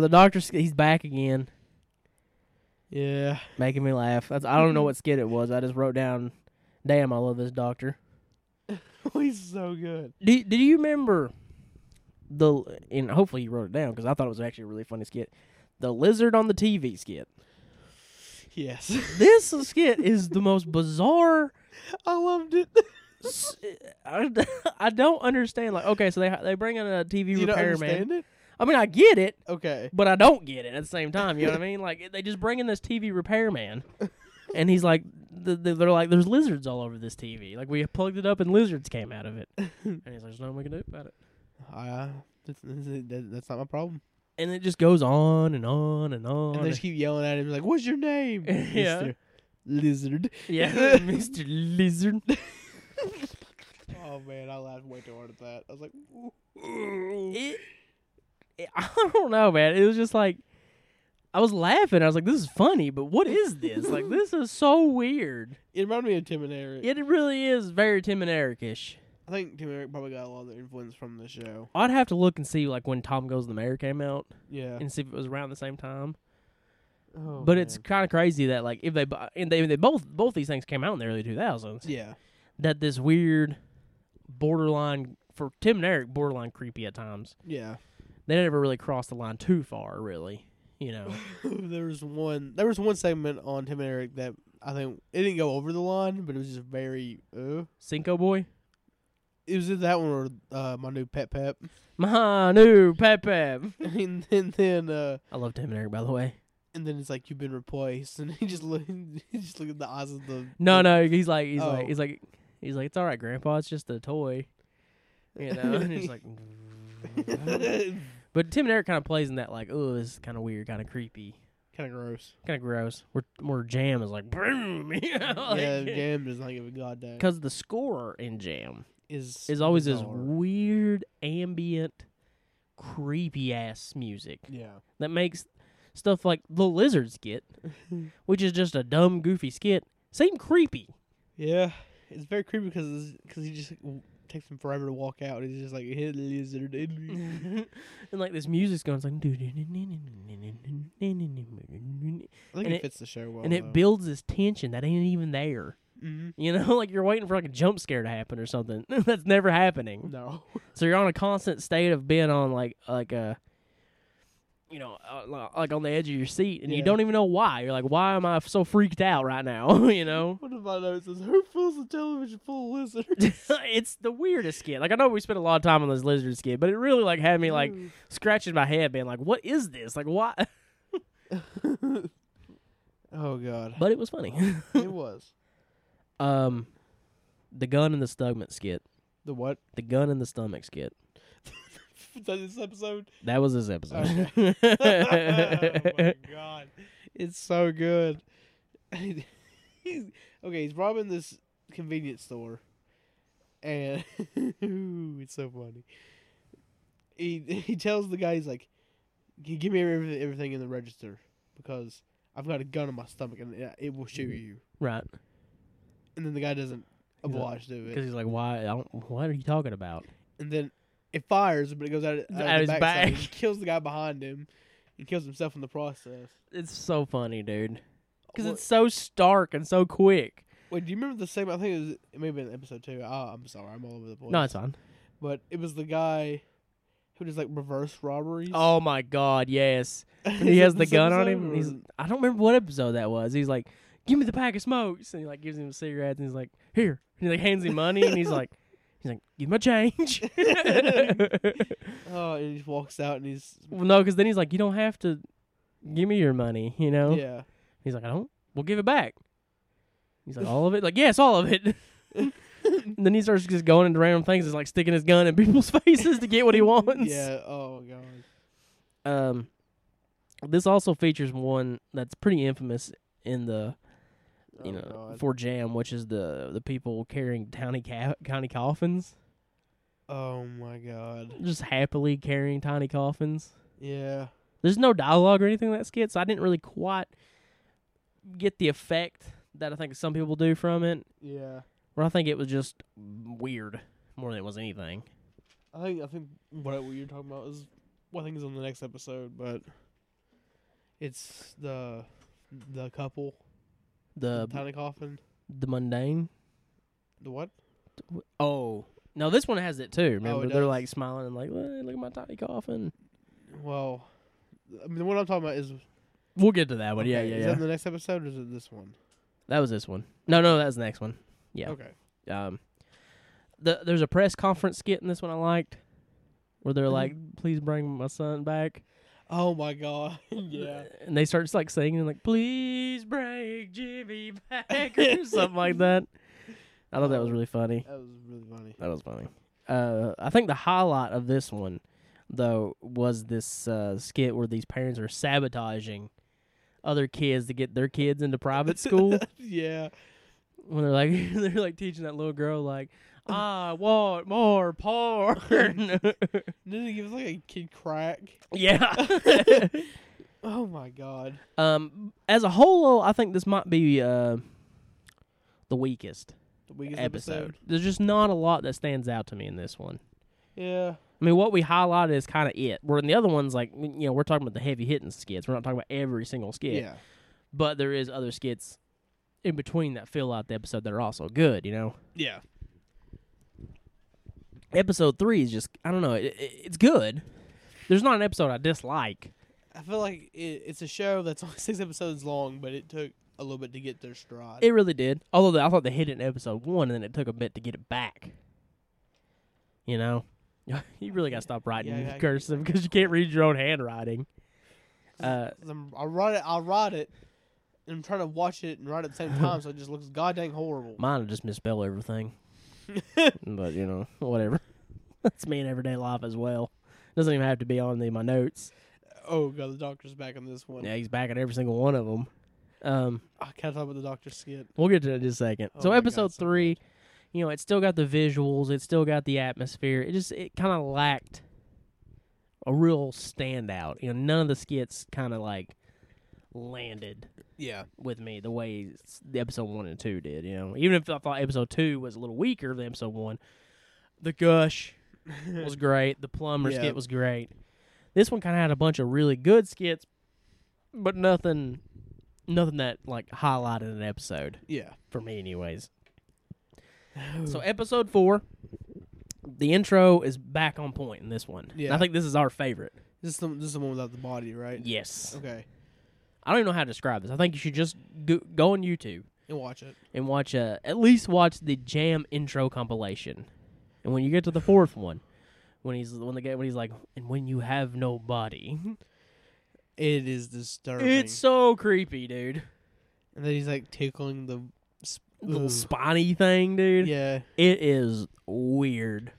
Speaker 2: the doctor, he's back again.
Speaker 3: yeah, [LAUGHS]
Speaker 2: making me laugh. That's I
Speaker 3: Mm-hmm.
Speaker 2: don't know what skit it was. I just wrote down, "Damn, I love this doctor."
Speaker 3: he's so good.
Speaker 2: Do Do you remember the? And hopefully you wrote it down because I thought it was actually a really funny skit. The lizard on the TV skit.
Speaker 3: Yes, [LAUGHS]
Speaker 2: This [LAUGHS] skit is the most bizarre.
Speaker 3: I
Speaker 2: [LAUGHS]
Speaker 3: loved it.
Speaker 2: s- I, [LAUGHS] I don't understand. Like, okay, so they they bring in a TV
Speaker 3: you don't
Speaker 2: repairman.
Speaker 3: understand it?
Speaker 2: I mean, I get it,
Speaker 3: Okay.
Speaker 2: but I don't get it at the same time. You know what I mean? Like, they just bring in this TV repairman, and he's like, th- th- they're like, there's lizards all over this TV. Like, we plugged it up, and lizards came out of it. And he's like, there's nothing we can do about it.
Speaker 3: Uh, that's, that's, that's not my problem.
Speaker 2: And it just goes on and on and on.
Speaker 3: And they just keep yelling at him like, "What's your name,
Speaker 2: [LAUGHS] Yeah.
Speaker 3: Mister Lizard?"
Speaker 2: yeah, [LAUGHS] Mr. Lizard.
Speaker 3: Oh man, I laughed way too hard at that. I was like,
Speaker 2: It, it- I don't know, man. It was just like, I was laughing. I was like, this is funny, but what is this? like, this is so weird.
Speaker 3: "It reminded me of Tim and Eric."
Speaker 2: It really is very Tim and Eric-ish.
Speaker 3: I think Tim and Eric probably got a lot of the influence from the show.
Speaker 2: I'd have to look and see, like, when Tom Goes to the Mayor came out.
Speaker 3: Yeah,
Speaker 2: [LAUGHS] and see if it was around the same time.
Speaker 3: oh,
Speaker 2: but it's kind of crazy that like if they bu- and they, they both both these things came out in the early 2000s
Speaker 3: yeah,
Speaker 2: that this weird borderline for Tim and Eric borderline creepy at times.
Speaker 3: yeah.
Speaker 2: They never really crossed the line too far, really. You
Speaker 3: [LAUGHS]
Speaker 2: know,
Speaker 3: [LAUGHS] there was one. There was one segment on Tim and Eric that I think it didn't go over the line, but it was just very. Uh,
Speaker 2: Cinco Boy.
Speaker 3: it was either that one or uh, my new pet pep. [LAUGHS]
Speaker 2: My new Pep Pep.
Speaker 3: and then, then uh,
Speaker 2: I love Tim and Eric, by the way.
Speaker 3: and then it's like you've been replaced, [LAUGHS] and he just look, he just look at the eyes of the.
Speaker 2: No,
Speaker 3: [LAUGHS]
Speaker 2: no, he's like, he's
Speaker 3: Oh.
Speaker 2: like, he's like, he's like, it's all right, Grandpa. It's just a toy, you know. and
Speaker 3: [LAUGHS]
Speaker 2: he's like,
Speaker 3: kind
Speaker 2: but Tim and Eric kind of plays in that like, oh, this is kind of weird, kind of creepy,
Speaker 3: of [LAUGHS] gross.
Speaker 2: kind of gross. Where where Jam is like, [LAUGHS] boom, you know, like,
Speaker 3: yeah, Jam does not give a goddamn.
Speaker 2: because the score in Jam
Speaker 3: is
Speaker 2: is always this
Speaker 3: bizarre.
Speaker 2: weird ambient, creepy ass music
Speaker 3: yeah.
Speaker 2: that makes stuff like the Lizard
Speaker 3: [LAUGHS]
Speaker 2: skit, which is just a dumb goofy skit, seem creepy.
Speaker 3: Yeah, it's very creepy because because he just w- takes him forever to walk out. He's just like hit
Speaker 2: [LAUGHS]
Speaker 3: lizard. in me."
Speaker 2: and like this music's going, it's like, and
Speaker 3: I
Speaker 2: And
Speaker 3: think it,
Speaker 2: it-
Speaker 3: fits the show well.
Speaker 2: it builds this tension that ain't even there. [LAUGHS]
Speaker 3: mm
Speaker 2: You know, like you're waiting for like a jump scare to happen or something [LAUGHS] that's never happening.
Speaker 3: No.
Speaker 2: So you're on a constant state of being on like like a, you know, uh, li- like on the edge of your seat, and you
Speaker 3: Yeah.
Speaker 2: don't even know why. You're like, why am I so freaked out right now? [LAUGHS] you know,
Speaker 3: [LAUGHS] One of my notes is who fills the television full of
Speaker 2: [LAUGHS]
Speaker 3: lizards?
Speaker 2: it's the weirdest skit. Like I know we spent a lot of time on this lizard skit, but it really like had me like scratching my head, being like, what is this? Like why? [LAUGHS]
Speaker 3: oh god,
Speaker 2: But it was funny. [LAUGHS]
Speaker 3: it was
Speaker 2: Um, the gun in the stomach skit.
Speaker 3: the what [LAUGHS]
Speaker 2: The gun in the stomach skit.
Speaker 3: Is that this episode?
Speaker 2: That was this episode.
Speaker 3: oh [LAUGHS] my god, it's so good. [LAUGHS] he's, okay, he's robbing this convenience store, and [LAUGHS] ooh, it's so funny. He [LAUGHS] he tells the guy he's like, "G- "Give me everything, everything in the register because I've got a gun in my stomach and it- it will shoot you."
Speaker 2: [LAUGHS] right.
Speaker 3: And then the guy doesn't
Speaker 2: Mm-hmm. He's like-
Speaker 3: oblige to
Speaker 2: Because
Speaker 3: it,
Speaker 2: he's like, why? I don't, what are you talking about?
Speaker 3: and then it fires, but it goes out, out,
Speaker 2: Out
Speaker 3: of
Speaker 2: his
Speaker 3: his backside [LAUGHS] and
Speaker 2: back.
Speaker 3: kills the guy behind him, and kills himself in the process.
Speaker 2: It's so funny, dude. Because
Speaker 3: What-
Speaker 2: it's so stark and so quick.
Speaker 3: Wait, do you remember the same? I think it, was, it may have been episode two. Oh, I'm sorry, I'm all over the place.
Speaker 2: No, it's on.
Speaker 3: But it was the guy who does like reverse robberies. [LAUGHS]
Speaker 2: Oh my god, yes.
Speaker 3: Is
Speaker 2: He
Speaker 3: it
Speaker 2: has the
Speaker 3: this
Speaker 2: gun on
Speaker 3: episode,
Speaker 2: him. and He's,
Speaker 3: or-
Speaker 2: I don't remember what episode that was. He's like, give me the pack of smokes, and he like gives him a cigarette, and he's like, here. And he like hands him money, and he's like, [LAUGHS] he's like, give me my
Speaker 3: [LAUGHS]
Speaker 2: change.
Speaker 3: oh, and he just walks out and he's
Speaker 2: Well, no, because then he's like, you don't have to give me your money, you know? [LAUGHS]
Speaker 3: yeah.
Speaker 2: He's like, I don't. We'll give it back. He's
Speaker 3: [LAUGHS]
Speaker 2: like, all of it? Like, yes, all of it. and then he starts just going into random things. It's like sticking his gun in [LAUGHS] people's faces to get what he wants.
Speaker 3: [LAUGHS] Yeah. Oh god.
Speaker 2: Um, this also features one that's pretty infamous in the
Speaker 3: Oh,
Speaker 2: you know
Speaker 3: God.
Speaker 2: for jam, which is the the people carrying tiny ca- tiny coffins,
Speaker 3: oh my god.
Speaker 2: just happily carrying tiny coffins.
Speaker 3: Yeah.
Speaker 2: There's no dialogue or anything in that skit, so I didn't really quite get the effect that I think some people do from it.
Speaker 3: Yeah.
Speaker 2: Where I think it was just weird more than it was anything.
Speaker 3: I think I think what, what you're talking about is what I think is on the next episode, but it's the the couple,
Speaker 2: The
Speaker 3: tiny coffin,
Speaker 2: the mundane.
Speaker 3: the what?
Speaker 2: Oh no, this one has it too. Remember, they're
Speaker 3: does?
Speaker 2: like smiling and like, "Hey, look at my tiny coffin.
Speaker 3: Well, I mean, the one I'm talking about is
Speaker 2: We'll get to that one. yeah,
Speaker 3: Okay,
Speaker 2: yeah,
Speaker 3: Is
Speaker 2: yeah.
Speaker 3: that the next episode or is it this one?
Speaker 2: that was this one. No, no, that was the next one. Yeah.
Speaker 3: Okay.
Speaker 2: Um, the there's a press conference skit in this one I liked, where they're like, "Please bring my son back."
Speaker 3: Oh my
Speaker 2: [LAUGHS]
Speaker 3: god. [LAUGHS] yeah.
Speaker 2: And they start like singing like, "Please bring Jimmy back" [LAUGHS] or something like that. I thought that was really funny.
Speaker 3: That was really funny.
Speaker 2: That was funny. Uh, I think the highlight of this one, though, was this uh, skit where these parents are sabotaging other kids to get their kids into private [LAUGHS] school.
Speaker 3: yeah.
Speaker 2: when they're like, [LAUGHS] they're like teaching that little girl like, I want more porn. [LAUGHS]
Speaker 3: Didn't he give us like a kid crack?
Speaker 2: yeah. [LAUGHS]
Speaker 3: Oh my god.
Speaker 2: um, as a whole, though, I think this might be uh, the weakest
Speaker 3: The weakest
Speaker 2: episode.
Speaker 3: episode.
Speaker 2: There's just not a lot that stands out to me in this one.
Speaker 3: Yeah.
Speaker 2: I mean, what we highlighted is kind of it. Where in the other ones, like you know, we're talking about the heavy hitting skits. We're not talking about every single skit,
Speaker 3: Yeah.
Speaker 2: but there is other skits in between that fill out the episode that are also good. You know,
Speaker 3: Yeah.
Speaker 2: episode three is just I don't know. It, it, it's good. There's not an episode I dislike.
Speaker 3: I feel like it, it's a show that's [LAUGHS] only six episodes long, but it took a little bit to get their stride.
Speaker 2: It really did. Although I thought they hit it in episode one, and then it took a bit to get it back. You know, [LAUGHS] you really got to stop writing
Speaker 3: Yeah, yeah, I-
Speaker 2: cursive because you can't read your own handwriting. Uh,
Speaker 3: 'Cause I'm- I write it. I write it, and I'm trying to watch it and write it at the same time, so it just looks
Speaker 2: [LAUGHS]
Speaker 3: goddamn horrible.
Speaker 2: mine will just misspell
Speaker 3: [LAUGHS]
Speaker 2: everything, but you know, whatever. [LAUGHS] That's me in everyday life as well. Doesn't even have to be on the, my notes.
Speaker 3: oh god, the doctor's back on this one.
Speaker 2: Yeah, he's back at every single one of them. Um,
Speaker 3: I can't talk about the doctor skit.
Speaker 2: We'll get to that in just a second.
Speaker 3: Oh
Speaker 2: so
Speaker 3: my God,
Speaker 2: episode
Speaker 3: so
Speaker 2: three, you know, it still got the visuals, it still got the atmosphere. It just it kind of lacked a real standout. You know, none of the skits kind of like landed
Speaker 3: Yeah,
Speaker 2: with me the way s- the episode one and two did. You know, even if I thought episode two was a little weaker than episode one, the
Speaker 3: [LAUGHS]
Speaker 2: gush was great. The plumber
Speaker 3: Yeah.
Speaker 2: skit was great. This one kind of had a bunch of really good skits, but nothing, nothing that like highlighted an episode
Speaker 3: yeah.
Speaker 2: for me anyways.
Speaker 3: Oh.
Speaker 2: So episode four, the intro is back on point in this one. And
Speaker 3: Yeah.
Speaker 2: I think this is our favorite.
Speaker 3: This is the this is the one without the body, right?
Speaker 2: Yes.
Speaker 3: Okay,
Speaker 2: I don't even know how to describe this. I think you should just go, go on YouTube
Speaker 3: and watch it.
Speaker 2: and watch uh, at least watch the Jam intro compilation. And when you get to the fourth one, when he's when the guy when he's like, and when you have no body,
Speaker 3: It is disturbing.
Speaker 2: it's so creepy, dude.
Speaker 3: and then he's like tickling the. Sp-
Speaker 2: Little
Speaker 3: Ugh.
Speaker 2: spiny thing, dude.
Speaker 3: [LAUGHS] Yeah,
Speaker 2: It is weird,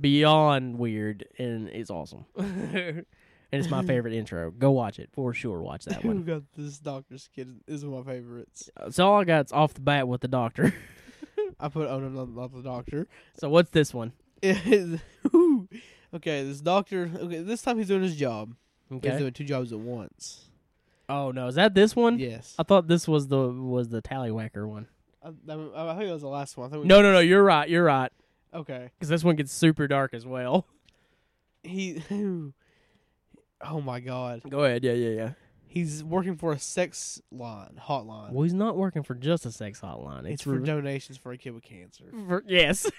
Speaker 2: beyond weird, and it's
Speaker 3: [LAUGHS]
Speaker 2: awesome. and it's my favorite intro. Go watch it for sure. Watch that
Speaker 3: who [LAUGHS]
Speaker 2: one.
Speaker 3: got this doctor skit is one of my favorites.
Speaker 2: So all I got's off the bat with the doctor. [LAUGHS]
Speaker 3: I put oh no, not, not the doctor. [LAUGHS]
Speaker 2: So what's this one?
Speaker 3: It is- whew. okay, this doctor. Okay, this time he's doing his job. He's
Speaker 2: Okay.
Speaker 3: doing two jobs at once.
Speaker 2: Oh no, is that this one?
Speaker 3: Yes,
Speaker 2: I thought this was the was the tallywhacker one.
Speaker 3: I, I, I think that was the last one. I think we,
Speaker 2: No, no, no. You're right. You're right.
Speaker 3: Okay,
Speaker 2: Because this one gets super dark as well. [LAUGHS]
Speaker 3: he. [LAUGHS] Oh my god,
Speaker 2: Go ahead. Yeah, yeah, yeah.
Speaker 3: he's working for a sex line hotline.
Speaker 2: Well, he's not working for just a sex hotline. It's,
Speaker 3: It's for Mm.
Speaker 2: re-
Speaker 3: donations for a kid with cancer.
Speaker 2: [LAUGHS] For- yes.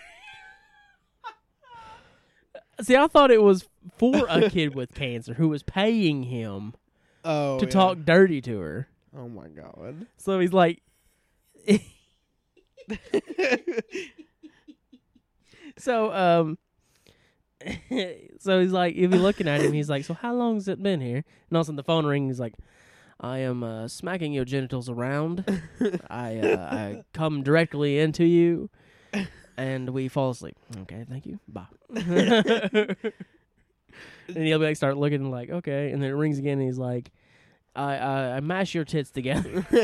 Speaker 2: [LAUGHS] See, I thought it was for a kid with cancer who was paying him
Speaker 3: Oh,
Speaker 2: to
Speaker 3: yeah.
Speaker 2: talk dirty to her.
Speaker 3: Oh my god.
Speaker 2: So he's like, so um, [LAUGHS] so he's like, if you're looking at him, he's like, so how long's it been here? And all of a sudden the phone rings. He's like, I am uh, smacking your genitals around. I uh, I come directly into you, and we fall asleep. Okay, thank you. Bye. and he'll be like, start looking like, okay, and then it rings again, and he's like, I I, I mash your tits together. [LAUGHS]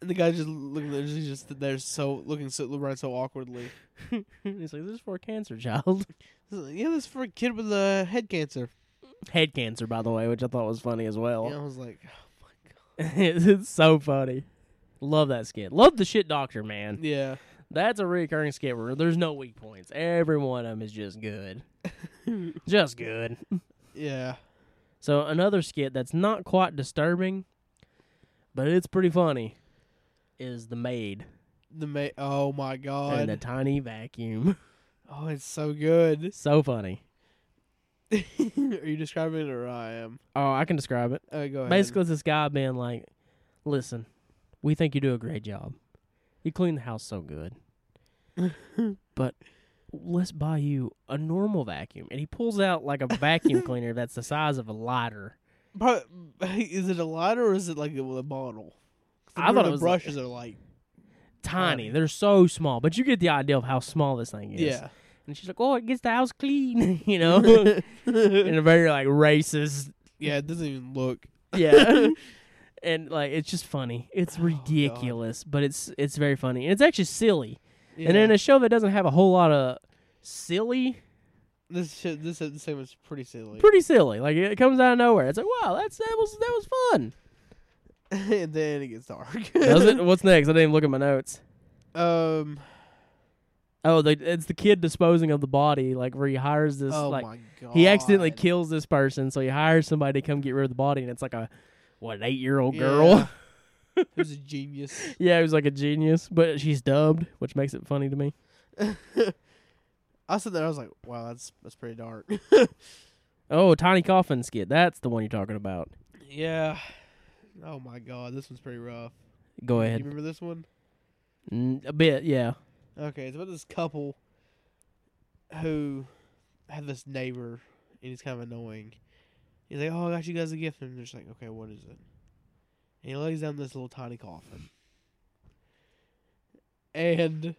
Speaker 3: And [LAUGHS] the guy just looking there, he's just there, so looking so right so awkwardly.
Speaker 2: he's like, this is for a cancer child,
Speaker 3: He's like, Yeah, this is for a kid with uh, head cancer.
Speaker 2: head cancer, by the way, which I thought was funny as
Speaker 3: And I
Speaker 2: well.
Speaker 3: was like,
Speaker 2: it's, [LAUGHS] it's so funny. Love that skit. Love the shit doctor, man.
Speaker 3: yeah,
Speaker 2: That's a recurring skit where there's no weak points. Every one of them is just good. just good.
Speaker 3: yeah.
Speaker 2: So another skit that's not quite disturbing, but it's pretty funny, is the maid
Speaker 3: The ma- oh my
Speaker 2: and the
Speaker 3: god,
Speaker 2: tiny vacuum. [LAUGHS]
Speaker 3: oh it's so good. [LAUGHS]
Speaker 2: so funny.
Speaker 3: Are you describing it or I am?
Speaker 2: Oh, I can describe it.
Speaker 3: Uh, go ahead.
Speaker 2: Basically, it's this guy being like, "Listen, we think you do a great job. You clean the house so
Speaker 3: [LAUGHS]
Speaker 2: good, but let's buy you a normal vacuum." And he pulls out like a
Speaker 3: [LAUGHS]
Speaker 2: vacuum cleaner that's the size of a lighter.
Speaker 3: Pro- [LAUGHS] is it a lighter or is it like with a bottle? 'Cause
Speaker 2: I thought
Speaker 3: the
Speaker 2: it was a-
Speaker 3: brushes are like
Speaker 2: Tiny.
Speaker 3: Tiny.
Speaker 2: They're so small, but you get the idea of how small this thing is.
Speaker 3: yeah.
Speaker 2: And she's like, "Oh, it gets the house clean," [LAUGHS] you
Speaker 3: [LAUGHS]
Speaker 2: know, in a very like racist,
Speaker 3: yeah, it doesn't even look. [LAUGHS]
Speaker 2: yeah. and like, it's just funny. It's
Speaker 3: Oh, God.
Speaker 2: ridiculous, but it's it's very funny, and it's actually silly.
Speaker 3: Yeah.
Speaker 2: And in a show that doesn't have a whole lot of silly,
Speaker 3: this shit, this this segment's pretty silly.
Speaker 2: pretty silly. Like it comes out of nowhere. It's like, wow, that's that was that was fun.
Speaker 3: [LAUGHS] and then it gets dark.
Speaker 2: Does it? What's next? I didn't even look at my notes.
Speaker 3: [LAUGHS] Um.
Speaker 2: Oh, the, it's the kid disposing of the body, like where he hires this
Speaker 3: oh
Speaker 2: like
Speaker 3: my god.
Speaker 2: He accidentally kills this person, so he hires somebody to come get rid of the body, and it's like a what an eight year old girl.
Speaker 3: Yeah. [LAUGHS] Who's a genius?
Speaker 2: [LAUGHS] Yeah, he was like a genius, but she's dubbed, which makes it funny to me.
Speaker 3: I said that I was like, wow, that's that's pretty dark. [LAUGHS]
Speaker 2: Oh, Tiny Coffin skit. That's the one you're talking about.
Speaker 3: yeah. Oh my god, this one's pretty rough.
Speaker 2: Go
Speaker 3: You
Speaker 2: ahead.
Speaker 3: remember this one?
Speaker 2: Mm, a bit, yeah.
Speaker 3: Okay, it's about this couple. who had this neighbor, and he's kind of annoying. He's like, "Oh, I got you guys a gift," and they're just like, "Okay, what is it?" And he lays down this little tiny coffin, and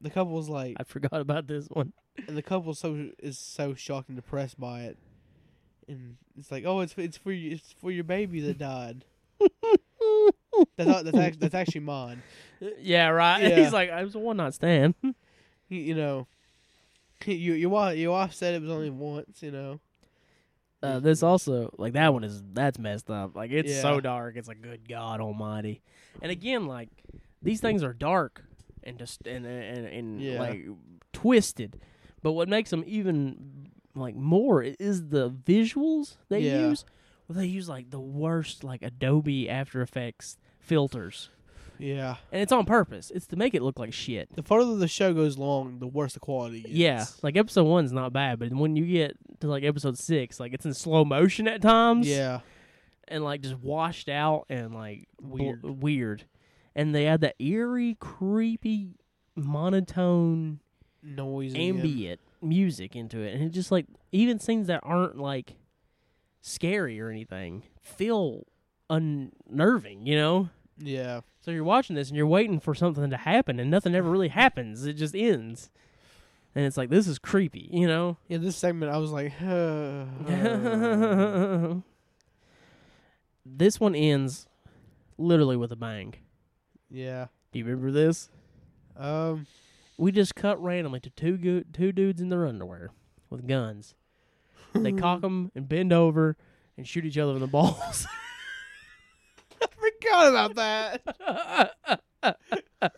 Speaker 3: the couple's like,
Speaker 2: I forgot [LAUGHS] about this one.
Speaker 3: and the couple so is so shocked and depressed by it, and it's like, "Oh, it's it's for you, it's for your baby that died." That's not, that's actually, that's actually mine.
Speaker 2: yeah, right. [LAUGHS]
Speaker 3: Uh, Yeah.
Speaker 2: He's like, I was a one night stand.
Speaker 3: You, you know, you your wife your wife said it was only once. You know,
Speaker 2: Uh, this also like that one is that's messed up. Like it's so
Speaker 3: Mm-hmm. Yeah.
Speaker 2: dark. It's like good God Almighty. And again, like these things are dark and just and and, and
Speaker 3: Yeah.
Speaker 2: like twisted. But what makes them even like more is the visuals they
Speaker 3: Yeah.
Speaker 2: use. Well, they use like the worst like Adobe After Effects filters,
Speaker 3: yeah.
Speaker 2: and it's on purpose. It's to make it look like shit.
Speaker 3: The further the show goes long, the worse the quality. Gets.
Speaker 2: Yeah, like episode one's not bad, but when you get to like episode six, like it's in slow motion at times.
Speaker 3: yeah,
Speaker 2: and like just washed out and like bl-
Speaker 3: Weird.
Speaker 2: weird. And they had that eerie, creepy, monotone,
Speaker 3: noise again.
Speaker 2: ambient music into it, and it just like even scenes that aren't like scary or anything feel unnerving, you know.
Speaker 3: Yeah,
Speaker 2: So you're watching this and you're waiting for something to happen, and nothing ever really happens. It just ends, and it's like this is creepy, you know.
Speaker 3: yeah. This segment, I was like,
Speaker 2: [LAUGHS] this one ends literally with a bang.
Speaker 3: yeah.
Speaker 2: Do you remember this?
Speaker 3: Um,
Speaker 2: We just cut randomly to two go- two dudes in their underwear with guns. They cock 'em and bend over and shoot each other in the balls.
Speaker 3: [LAUGHS] I forgot about that.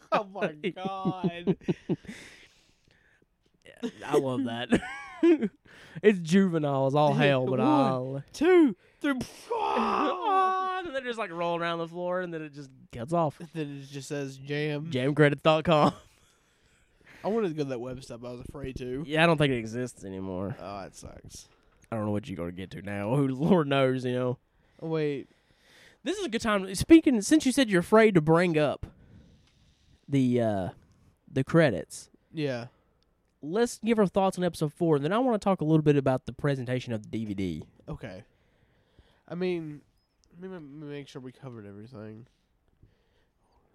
Speaker 3: [LAUGHS] oh
Speaker 2: [LAUGHS]
Speaker 3: my god.
Speaker 2: I love that. [LAUGHS] it's juvenile as all hell, but [LAUGHS]
Speaker 3: One.
Speaker 2: I'll.
Speaker 3: Two, three.
Speaker 2: and they're just like rolling around the floor, and then it just cuts off.
Speaker 3: [LAUGHS] then it just says jam.
Speaker 2: Jamcredits.com.
Speaker 3: I wanted to go to that website, but I was afraid to.
Speaker 2: Yeah, I don't think it exists anymore.
Speaker 3: Oh, that sucks.
Speaker 2: I don't know what you're going to get to now. [LAUGHS] Who Lord knows, you know.
Speaker 3: Oh, wait.
Speaker 2: This is a good time. Speaking since you said you're afraid to bring up the uh the credits,
Speaker 3: Yeah.
Speaker 2: let's give our thoughts on episode four, and then I want to talk a little bit about the presentation of the DVD.
Speaker 3: Okay. I mean, let me let me make sure we covered everything.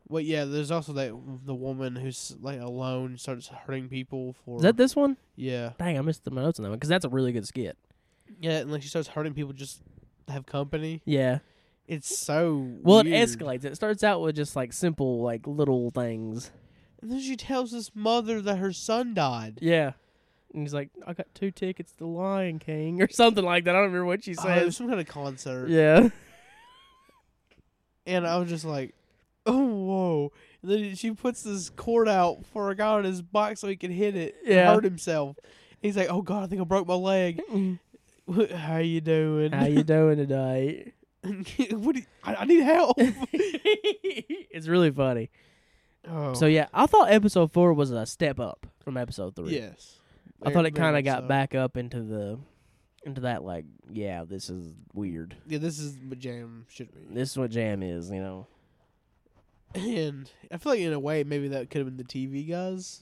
Speaker 3: Well, yeah. There's also that the woman who's like alone starts hurting people for.
Speaker 2: Is that this one?
Speaker 3: yeah.
Speaker 2: Dang, I missed the notes on that one because that's a really good skit.
Speaker 3: Yeah, and like she starts hurting people just to have company.
Speaker 2: Yeah.
Speaker 3: It's so
Speaker 2: Well, it
Speaker 3: weird.
Speaker 2: escalates. It starts out with just like simple, like little things.
Speaker 3: And then she tells this mother that her son died.
Speaker 2: Yeah. And he's like, I got two tickets to Lion King [LAUGHS] or something like that. I don't remember what she
Speaker 3: Oh, it was
Speaker 2: says.
Speaker 3: some kind of concert.
Speaker 2: yeah.
Speaker 3: And I was just like, oh, whoa. And then she puts this cord out for a guy on his bike so he can hit it and
Speaker 2: Yeah.
Speaker 3: hurt himself. He's like, oh, God, I think I broke my leg. [LAUGHS] How you doing?
Speaker 2: How you doing today?
Speaker 3: [LAUGHS] what do you- I, I need help.
Speaker 2: [LAUGHS] it's really funny.
Speaker 3: Oh,
Speaker 2: So yeah, I thought episode four was a step up from episode three.
Speaker 3: yes.
Speaker 2: I thought it
Speaker 3: Very
Speaker 2: kind of
Speaker 3: much
Speaker 2: got
Speaker 3: so.
Speaker 2: back up into the into that like, yeah, this is weird.
Speaker 3: Yeah, this is what jam should be.
Speaker 2: This is what jam is, you know.
Speaker 3: And I feel like in a way, maybe that could have been the TV guys.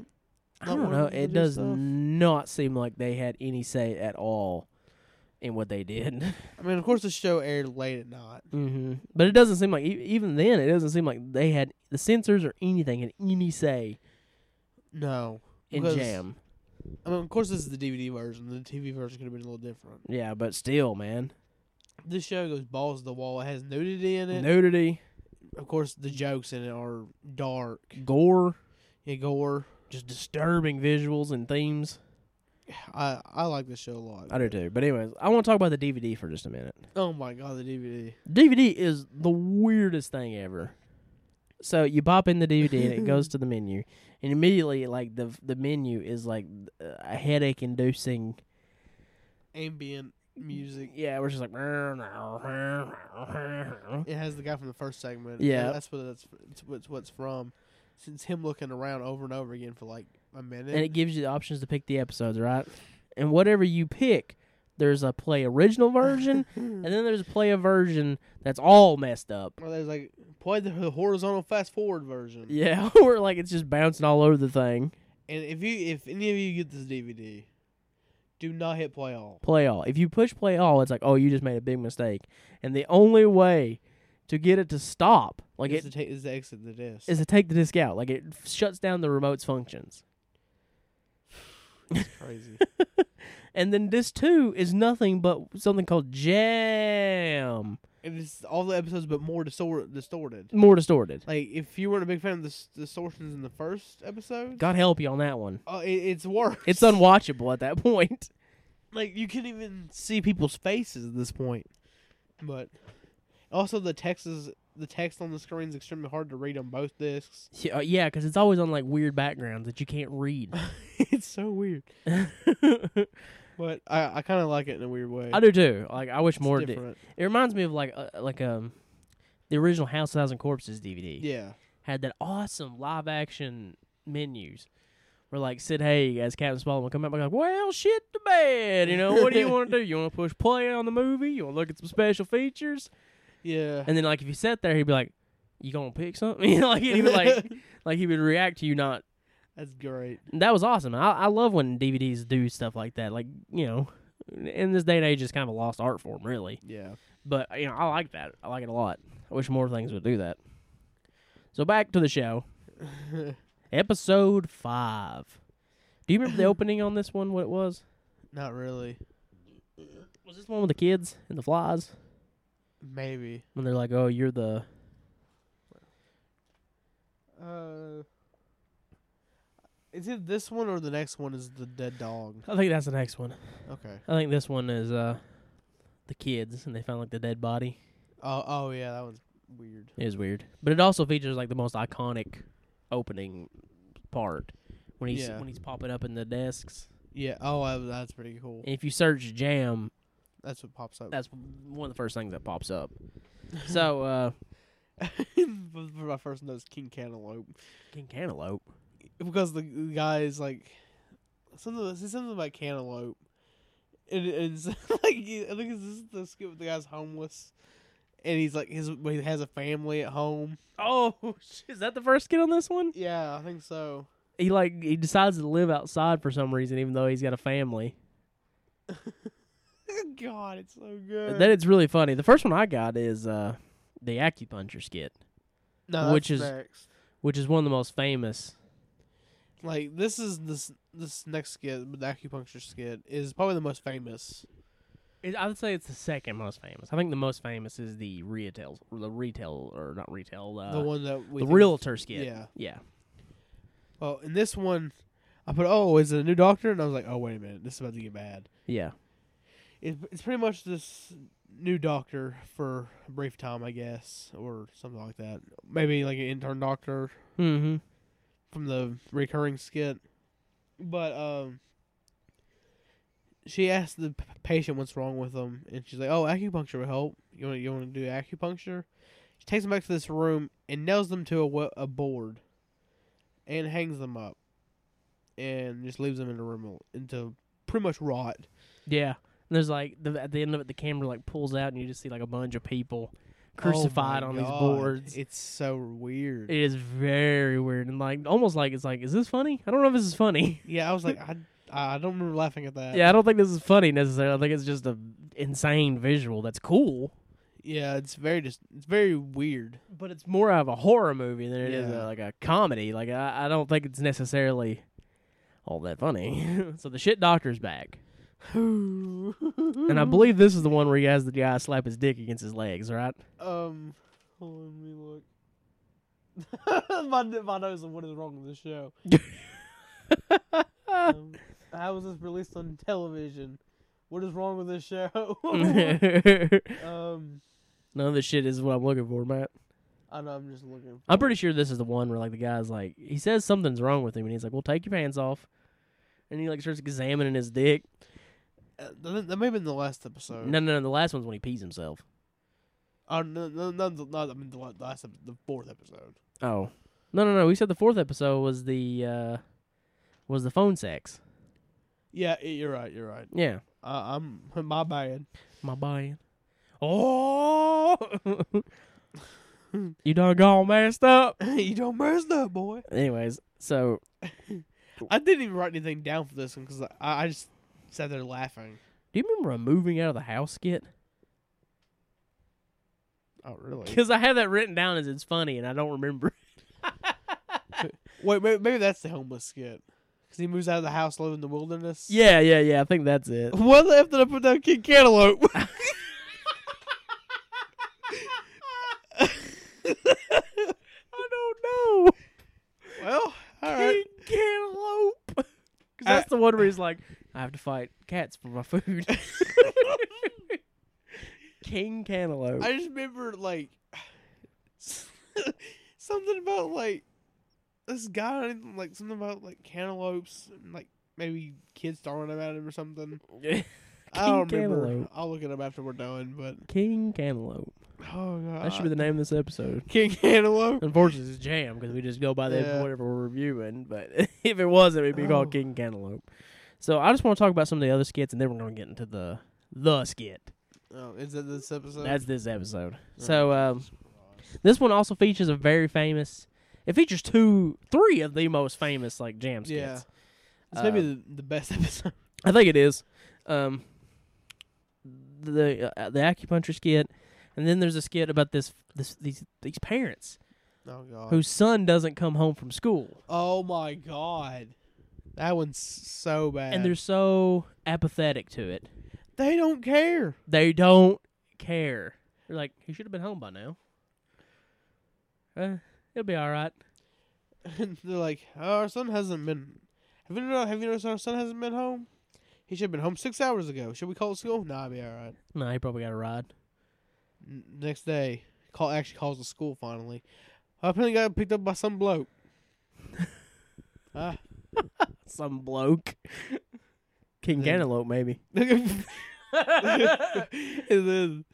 Speaker 2: I
Speaker 3: Not
Speaker 2: don't
Speaker 3: wanting
Speaker 2: know.
Speaker 3: them to
Speaker 2: It
Speaker 3: do
Speaker 2: does
Speaker 3: stuff.
Speaker 2: not seem like they had any say at all in what they did. [LAUGHS]
Speaker 3: I mean, of course, the show aired late at night.
Speaker 2: hmm But it doesn't seem like e- even then it doesn't seem like they had the censors or anything had any say
Speaker 3: No,
Speaker 2: in
Speaker 3: Because-
Speaker 2: jam.
Speaker 3: I mean, of course, this is the DVD version. The TV version could have been a little different.
Speaker 2: Yeah, but still, man,
Speaker 3: This show goes balls to the wall. It has nudity in it.
Speaker 2: nudity,
Speaker 3: Of course, the jokes in it are dark,
Speaker 2: gore.
Speaker 3: yeah, gore.
Speaker 2: just disturbing visuals and themes.
Speaker 3: I I like this show a lot.
Speaker 2: I do too. But anyways, I want to talk about the DVD for just a minute.
Speaker 3: oh my god, the DVD.
Speaker 2: DVD is the weirdest thing ever. So you pop in the DVD and it goes to the menu, and immediately like the the menu is like a headache inducing.
Speaker 3: Ambient music.
Speaker 2: Yeah, we're just like. Yeah,
Speaker 3: It has the guy from the first segment.
Speaker 2: Yeah.
Speaker 3: that's what that's it's what's what's from. Since him looking around over and over again for like a minute.
Speaker 2: and it gives you the options to pick the episodes, right? And whatever you pick, there's a play original version, and then there's a play a version that's all messed up.
Speaker 3: [LAUGHS] Well, there's like play the horizontal fast forward version.
Speaker 2: [LAUGHS] Yeah, or like it's just bouncing all over the thing.
Speaker 3: And if you, if any of you get this DVD, do not hit play all.
Speaker 2: play all. If you push play all, it's like, oh, you just made a big mistake. And the only way to get it to stop, like
Speaker 3: is
Speaker 2: it,
Speaker 3: to take is to exit the disc.
Speaker 2: is to take the disc out. Like it f- shuts down the remote's functions.
Speaker 3: It's
Speaker 2: [LAUGHS]
Speaker 3: crazy.
Speaker 2: And then disc two is nothing but something called jam,
Speaker 3: and it's all the episodes, but more distor- distorted.
Speaker 2: more distorted.
Speaker 3: Like if you weren't a big fan of the s- distortions in the first episode,
Speaker 2: God help you on that one.
Speaker 3: uh, it, it's worse.
Speaker 2: It's unwatchable at that [LAUGHS] point.
Speaker 3: like you can even see people's faces at this point. But also the text is the text on the screen is extremely hard to read on both discs.
Speaker 2: [LAUGHS] Yeah, uh, yeah, because it's always on like weird backgrounds that you can't
Speaker 3: [LAUGHS]
Speaker 2: read.
Speaker 3: it's so weird,
Speaker 2: I
Speaker 3: but I, I kind of like it in a weird way.
Speaker 2: do too. Like I wish
Speaker 3: It's
Speaker 2: more. Di-
Speaker 3: different.
Speaker 2: it reminds me of like uh, like um the original House of Thousand Corpses DVD.
Speaker 3: Yeah,
Speaker 2: had that awesome live action menus where like Sid Haig as Captain Spaulding would come out and be like, Well shit the bed, you know, what do you want to do? You wanna push play on the movie? You wanna look at some special features?
Speaker 3: yeah.
Speaker 2: And then like if you sat there he'd be like, You gonna pick something? [LAUGHS] You know, like he would like like he would react to you not
Speaker 3: [LAUGHS] that's great.
Speaker 2: and that was awesome. I, I love when DVDs do stuff like that. Like, you know, in this day and age it's kind of a lost art form really.
Speaker 3: Yeah, [LAUGHS]
Speaker 2: But you know, I like that. I like it a lot. I wish more things would do that. So back to the show. Episode five. Do you remember [COUGHS] the opening on this one? What it was?
Speaker 3: not really.
Speaker 2: Was this one with the kids and the flies?
Speaker 3: Maybe.
Speaker 2: When they're like, "Oh, you're the
Speaker 3: Uh, is it this one or the next one is the dead dog?
Speaker 2: I think that's the next one.
Speaker 3: Okay.
Speaker 2: I think this one is uh the kids and they found like the dead body.
Speaker 3: Oh, oh yeah, that one's weird.
Speaker 2: It is weird, but it also features like the most iconic opening part when he's
Speaker 3: Yeah.
Speaker 2: when he's popping up in the desks.
Speaker 3: Yeah. Oh, uh, that's pretty cool.
Speaker 2: And if you search Jam,
Speaker 3: That's what pops up.
Speaker 2: that's one of the first things that pops up. So uh
Speaker 3: My first note is King Cantaloupe
Speaker 2: King Cantaloupe.
Speaker 3: because the guy is like something. It says something about cantaloupe, and, and it's [LAUGHS] like I think this is the skit with the guy's homeless, and he's like his he has a family at home.
Speaker 2: Oh, [LAUGHS] is that the first kid on this one?
Speaker 3: Yeah, I think so. [LAUGHS]
Speaker 2: he like he decides to live outside for some reason, even though he's got a family.
Speaker 3: God, it's so good.
Speaker 2: That it's really funny. The first one I got is uh, the acupuncture skit,
Speaker 3: no, that's
Speaker 2: which is-
Speaker 3: next.
Speaker 2: which is one of the most famous.
Speaker 3: like this is this this next skit, the acupuncture skit is probably the most famous.
Speaker 2: It, I would say it's the second most famous. I think the most famous is the retail, the retail or not retail, uh,
Speaker 3: the
Speaker 2: the,
Speaker 3: one that we think-
Speaker 2: realtor skit.
Speaker 3: Yeah.
Speaker 2: yeah.
Speaker 3: Well, in Oh, this one, I put oh, is it a new doctor? And I was like, oh wait a minute, this is about to get bad.
Speaker 2: yeah.
Speaker 3: It, it's pretty much this new doctor for a brief time, I guess, or something like that. Maybe like an intern doctor
Speaker 2: Mm-hmm.
Speaker 3: from the recurring skit. But um, she asked the p- patient what's wrong with them, and she's like, "Oh, acupuncture will help. You want you want to do acupuncture?" She takes them back to this room and nails them to a, wa- a board, and hangs them up, and just leaves them in a room al- into pretty much rot.
Speaker 2: Yeah. And there's like the, at the end of it, the camera like pulls out, and you just see like a bunch of people
Speaker 3: Oh
Speaker 2: [LAUGHS] crucified
Speaker 3: my
Speaker 2: on these
Speaker 3: God.
Speaker 2: boards.
Speaker 3: It's so weird.
Speaker 2: It is very weird and like almost like it's like, is this funny? I don't know if this is funny. [LAUGHS]
Speaker 3: yeah, I was like, I I don't remember laughing at that.
Speaker 2: yeah, I don't think this is funny necessarily. I think it's just a insane visual that's cool,
Speaker 3: yeah, it's very just it's very weird.
Speaker 2: but it's more of a horror movie than it is a,
Speaker 3: Yeah.
Speaker 2: like a comedy. Like I, I don't think it's necessarily all that funny. [LAUGHS] so the shit doctor's back, and
Speaker 3: and
Speaker 2: I believe this is the one where he has the guy slap his dick against his legs, right? [LAUGHS]
Speaker 3: Um, hold on, let me look. [LAUGHS] my, my nose on what is wrong with the
Speaker 2: [LAUGHS]
Speaker 3: show. Um, how was this released on television? What is wrong with this show? [LAUGHS]
Speaker 2: None
Speaker 3: um,
Speaker 2: of this shit is what I'm looking for, Matt.
Speaker 3: I know, I'm just looking.
Speaker 2: I'm pretty sure this is the one where like the guy's like he says something's wrong with him and he's like, "Well, take your pants off," and he like starts examining his dick.
Speaker 3: Uh, that, that may have been the last episode.
Speaker 2: No, no, no. The last one's when he pees himself.
Speaker 3: Oh, no, no, no, no, I mean, the la- the last, ep- the fourth episode.
Speaker 2: Oh, no, no, no. We said the fourth episode was the uh was the phone sex.
Speaker 3: Yeah, y- you're right, you're right.
Speaker 2: Yeah,
Speaker 3: Uh, I'm, [LAUGHS] my bad.
Speaker 2: my buying. Oh, [LAUGHS] you done gone messed up.
Speaker 3: you don't mess up, boy.
Speaker 2: Anyways, so
Speaker 3: I didn't even write anything down for this one because I, I just sat there laughing.
Speaker 2: Do you remember a moving out of the house skit? [LAUGHS]
Speaker 3: Oh, really?
Speaker 2: Because I have that written down as it's funny, and I don't remember.
Speaker 3: Wait, maybe, maybe that's the homeless skit. Because he moves out of the house, living in the wilderness.
Speaker 2: yeah, yeah, yeah. I think that's [LAUGHS] it.
Speaker 3: What left did I put down King Cantaloupe?
Speaker 2: I don't know.
Speaker 3: [LAUGHS] well,
Speaker 2: King
Speaker 3: all right. Uh,
Speaker 2: cantaloupe. [LAUGHS] 'Cause that's the one where he's like, I have to fight cats for my
Speaker 3: [LAUGHS]
Speaker 2: food. King cantaloupe.
Speaker 3: I just remember like [SIGHS] something about like this guy, and, like something about like cantaloupes, and, like maybe kids throwing them at him or something. I
Speaker 2: King
Speaker 3: don't remember.
Speaker 2: cantaloupe.
Speaker 3: I'll look it up after we're done.
Speaker 2: [LAUGHS]
Speaker 3: But
Speaker 2: King cantaloupe.
Speaker 3: oh god,
Speaker 2: That should be the name of this episode.
Speaker 3: King
Speaker 2: [LAUGHS]
Speaker 3: Cantaloupe.
Speaker 2: Unfortunately, it's jam because we just go by the
Speaker 3: Yeah.
Speaker 2: whatever we're reviewing. But [LAUGHS] if it wasn't, it'd be
Speaker 3: Oh.
Speaker 2: called King Cantaloupe. So I just want to talk about some of the other skits, and then we're going to get into the the skit.
Speaker 3: Oh, is that this episode?
Speaker 2: That's this episode. So um, this one also features a very famous. It features two, three of the most famous like jam skits.
Speaker 3: yeah. It's maybe
Speaker 2: Uh,
Speaker 3: the, the best [LAUGHS] episode.
Speaker 2: I think it is. Um, the uh, the acupuncture skit, and then there's a skit about this this these these parents
Speaker 3: Oh god.
Speaker 2: whose son doesn't come home from school,
Speaker 3: oh my god. That one's so bad.
Speaker 2: and they're so apathetic to it.
Speaker 3: they don't care. [LAUGHS]
Speaker 2: They don't care. They're like, he should have been home by now. Uh, it'll be all right.
Speaker 3: And they're like, oh, our son hasn't been. Have you know? Have you noticed our son hasn't been home? He should have been home six hours ago. Should we call school? Nah, I'll be all right.
Speaker 2: No, he probably got a ride.
Speaker 3: N- next day, call actually calls the school finally. I apparently got picked up by some [LAUGHS] bloke. Ah. [LAUGHS]
Speaker 2: Some bloke. King
Speaker 3: Then-
Speaker 2: Cantaloupe, maybe.
Speaker 3: [LAUGHS]
Speaker 2: [LAUGHS]
Speaker 3: and [LAUGHS] then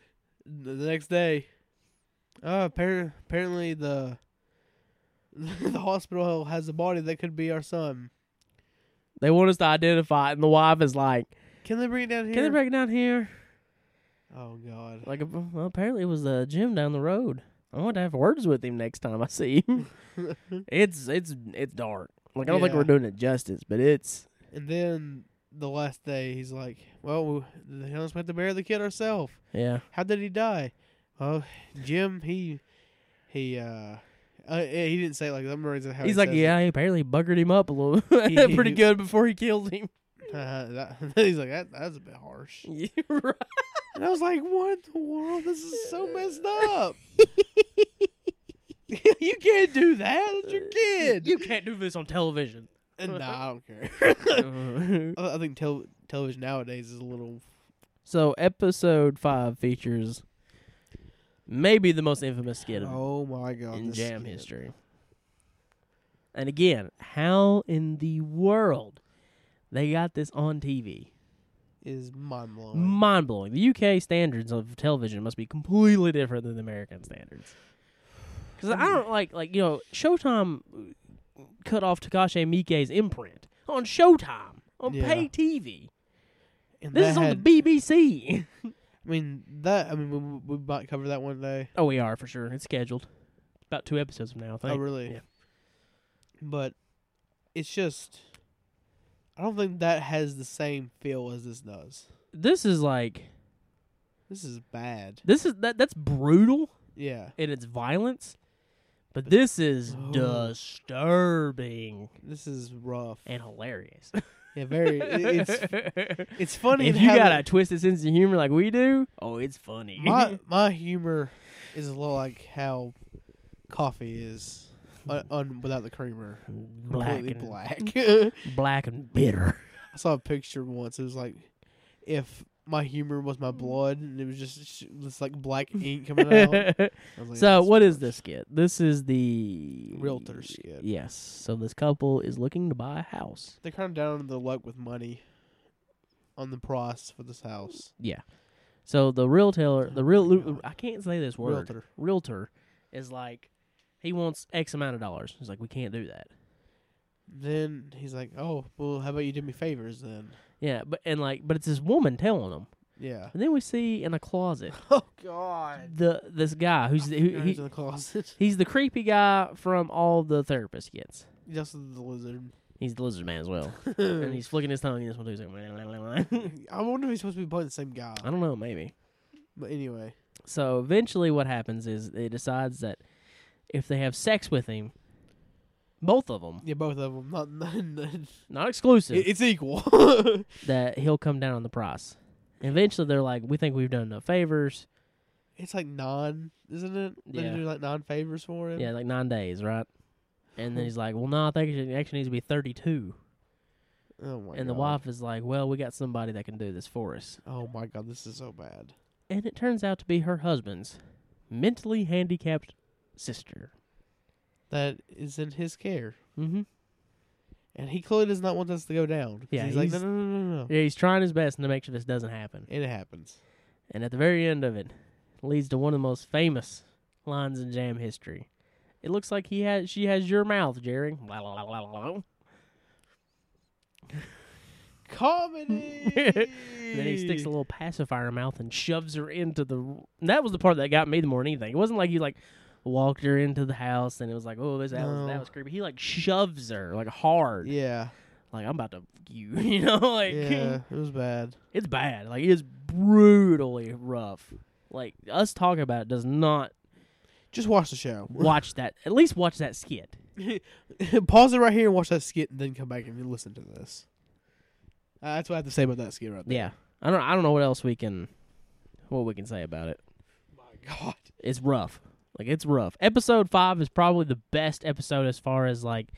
Speaker 3: the next day, uh, appar- apparently the [LAUGHS] the hospital has a body that could be our son.
Speaker 2: They want us to identify, it, and the wife is like,
Speaker 3: Can they bring it down here?
Speaker 2: "Can they break it down here?"
Speaker 3: oh God.
Speaker 2: Like, uh, well, apparently it was the gym down the road. I want to have words with him next time I see
Speaker 3: [LAUGHS]
Speaker 2: him. it's it's it's dark. Like I don't think
Speaker 3: Yeah.
Speaker 2: we're doing it justice, but it's
Speaker 3: And then the last day, he's like, "Well, the hell's we have to bury the kid ourselves.
Speaker 2: yeah.
Speaker 3: How did he die? Oh, Jim, he, he, uh, uh he didn't say it like that. I'm raising how he
Speaker 2: He's like,
Speaker 3: says it.
Speaker 2: yeah, he apparently buggered him up a
Speaker 3: [LAUGHS]
Speaker 2: little [LAUGHS]
Speaker 3: He- he-
Speaker 2: pretty good before he killed him. [LAUGHS]
Speaker 3: [LAUGHS] that, he's like, that, that's a bit harsh.
Speaker 2: right.
Speaker 3: And I was like, what in the world? This is so messed up. [LAUGHS] you can't do that. It's your kid.
Speaker 2: You can't do this on [LAUGHS] television.
Speaker 3: And [LAUGHS] nah, I don't care. [LAUGHS]
Speaker 2: Uh,
Speaker 3: I I think tel- television nowadays is a little.
Speaker 2: so episode five features maybe the most infamous skit of
Speaker 3: Oh my god!
Speaker 2: in
Speaker 3: this
Speaker 2: jam
Speaker 3: kid.
Speaker 2: history. And again, how in the world they got this on TV?
Speaker 3: is mind blowing.
Speaker 2: Mind blowing. The UK standards of television must be completely different than the American standards. Because I don't like like you know Showtime uh, cut off Takashi Miike's imprint on Showtime on
Speaker 3: Yeah.
Speaker 2: pay TV.
Speaker 3: And
Speaker 2: This
Speaker 3: that
Speaker 2: is
Speaker 3: had-
Speaker 2: on the BBC.
Speaker 3: I mean that. I mean, we- we, we might cover that one day.
Speaker 2: oh, we are for sure. It's scheduled. About two episodes from now, I think.
Speaker 3: oh, really?
Speaker 2: yeah.
Speaker 3: But it's just, I don't think that has the same feel as this does.
Speaker 2: This is like
Speaker 3: This is bad.
Speaker 2: this is that that's brutal.
Speaker 3: Yeah,
Speaker 2: and its violence. But this is
Speaker 3: Oh.
Speaker 2: disturbing
Speaker 3: this is rough.
Speaker 2: and hilarious.
Speaker 3: Yeah, very.
Speaker 2: [LAUGHS]
Speaker 3: it- it's
Speaker 2: if
Speaker 3: it's funny.
Speaker 2: you
Speaker 3: how
Speaker 2: got a
Speaker 3: that-
Speaker 2: twisted sense of humor like we do, oh, it's [LAUGHS] funny.
Speaker 3: my my humor is a little like how coffee is, un, un, without the creamer,
Speaker 2: [LAUGHS] black and
Speaker 3: completely
Speaker 2: black. [LAUGHS]
Speaker 3: black. [LAUGHS]
Speaker 2: and bitter.
Speaker 3: I saw a picture once. It was like if my humor was my blood, and it was just sh- this like black
Speaker 2: [LAUGHS]
Speaker 3: ink coming out. I was like,
Speaker 2: so,
Speaker 3: "That's
Speaker 2: what is
Speaker 3: gross."
Speaker 2: this skit? This is the
Speaker 3: realtor skit?
Speaker 2: Yes. So this couple is looking to buy a house.
Speaker 3: They're kind of down on the luck with money on the price for this house.
Speaker 2: Yeah. So the realtor, the real,
Speaker 3: Oh my God.
Speaker 2: I can't say this word.
Speaker 3: Realtor.
Speaker 2: Realtor is like, he wants X amount of dollars. He's like, we can't do that.
Speaker 3: Then he's like, "Oh, well, how about you do me favors then?"
Speaker 2: Yeah, but and like, but it's this woman telling him, [LAUGHS]
Speaker 3: Yeah.
Speaker 2: and then we see in a
Speaker 3: [LAUGHS]
Speaker 2: closet
Speaker 3: Oh God.
Speaker 2: the this guy who's the, who,
Speaker 3: He's
Speaker 2: he, [LAUGHS]
Speaker 3: in the closet.
Speaker 2: he's the creepy guy from all the therapist skits.
Speaker 3: Just the lizard.
Speaker 2: He's the lizard man as
Speaker 3: [LAUGHS]
Speaker 2: well, and he's flicking his tongue. And this one too. He's like, [LAUGHS]
Speaker 3: I wonder if he's supposed to be playing the same guy.
Speaker 2: I don't know, maybe.
Speaker 3: But anyway,
Speaker 2: So eventually, what happens is it decides that if they have sex with him, both of them,
Speaker 3: yeah, both of them. Not, [LAUGHS] not, not-
Speaker 2: not exclusive,
Speaker 3: it- it's equal. [LAUGHS]
Speaker 2: that he'll come down on the price. And eventually, they're like, we think we've done enough favors.
Speaker 3: it's like non, isn't it? They
Speaker 2: Yeah.
Speaker 3: do like non favors for him.
Speaker 2: Yeah, like nine days, right? And then
Speaker 3: Hmm.
Speaker 2: he's like, well, no, I think it actually needs to be 32.
Speaker 3: Oh my.
Speaker 2: and
Speaker 3: god.
Speaker 2: the wife is like, well, we got somebody that can do this for us.
Speaker 3: Oh my god, this is so bad.
Speaker 2: And it turns out to be her husband's mentally handicapped sister.
Speaker 3: That is in his care,
Speaker 2: Mm-hmm.
Speaker 3: and he clearly does not want this to go down. 'cause
Speaker 2: Yeah,
Speaker 3: he's, like no
Speaker 2: he's-
Speaker 3: no no no no,
Speaker 2: [LAUGHS] Yeah, he's trying his best to make sure this doesn't happen.
Speaker 3: and it happens.
Speaker 2: And at the very end of it, leads to one of the most famous lines in jam history. It looks like he has she has your mouth, Jerry. La, la, la, la, la, la.
Speaker 3: Comedy.
Speaker 2: [LAUGHS] And then he sticks a little pacifier in her mouth and shoves her into the. And that was the part that got me the more than anything. It wasn't like he like walked her into the house and it was like, oh, this that, was, that
Speaker 3: No.
Speaker 2: was creepy. He like shoves her like hard, [LAUGHS]
Speaker 3: Yeah.
Speaker 2: like I'm about to f- you, [LAUGHS] you know, like
Speaker 3: Yeah. It was bad.
Speaker 2: [LAUGHS] it's bad. Like it's brutally rough. Like us talking about it does
Speaker 3: [LAUGHS]
Speaker 2: not
Speaker 3: Just watch the show.
Speaker 2: watch that. At least watch that skit.
Speaker 3: [LAUGHS] Pause it right here and watch that skit, and then come back and listen to this. Uh, that's what I have to say about that skit right there.
Speaker 2: Yeah, I don't. I don't know what else we can, what we can say about it.
Speaker 3: My God.
Speaker 2: It's rough. Like it's rough. Episode five is probably the best episode as far as like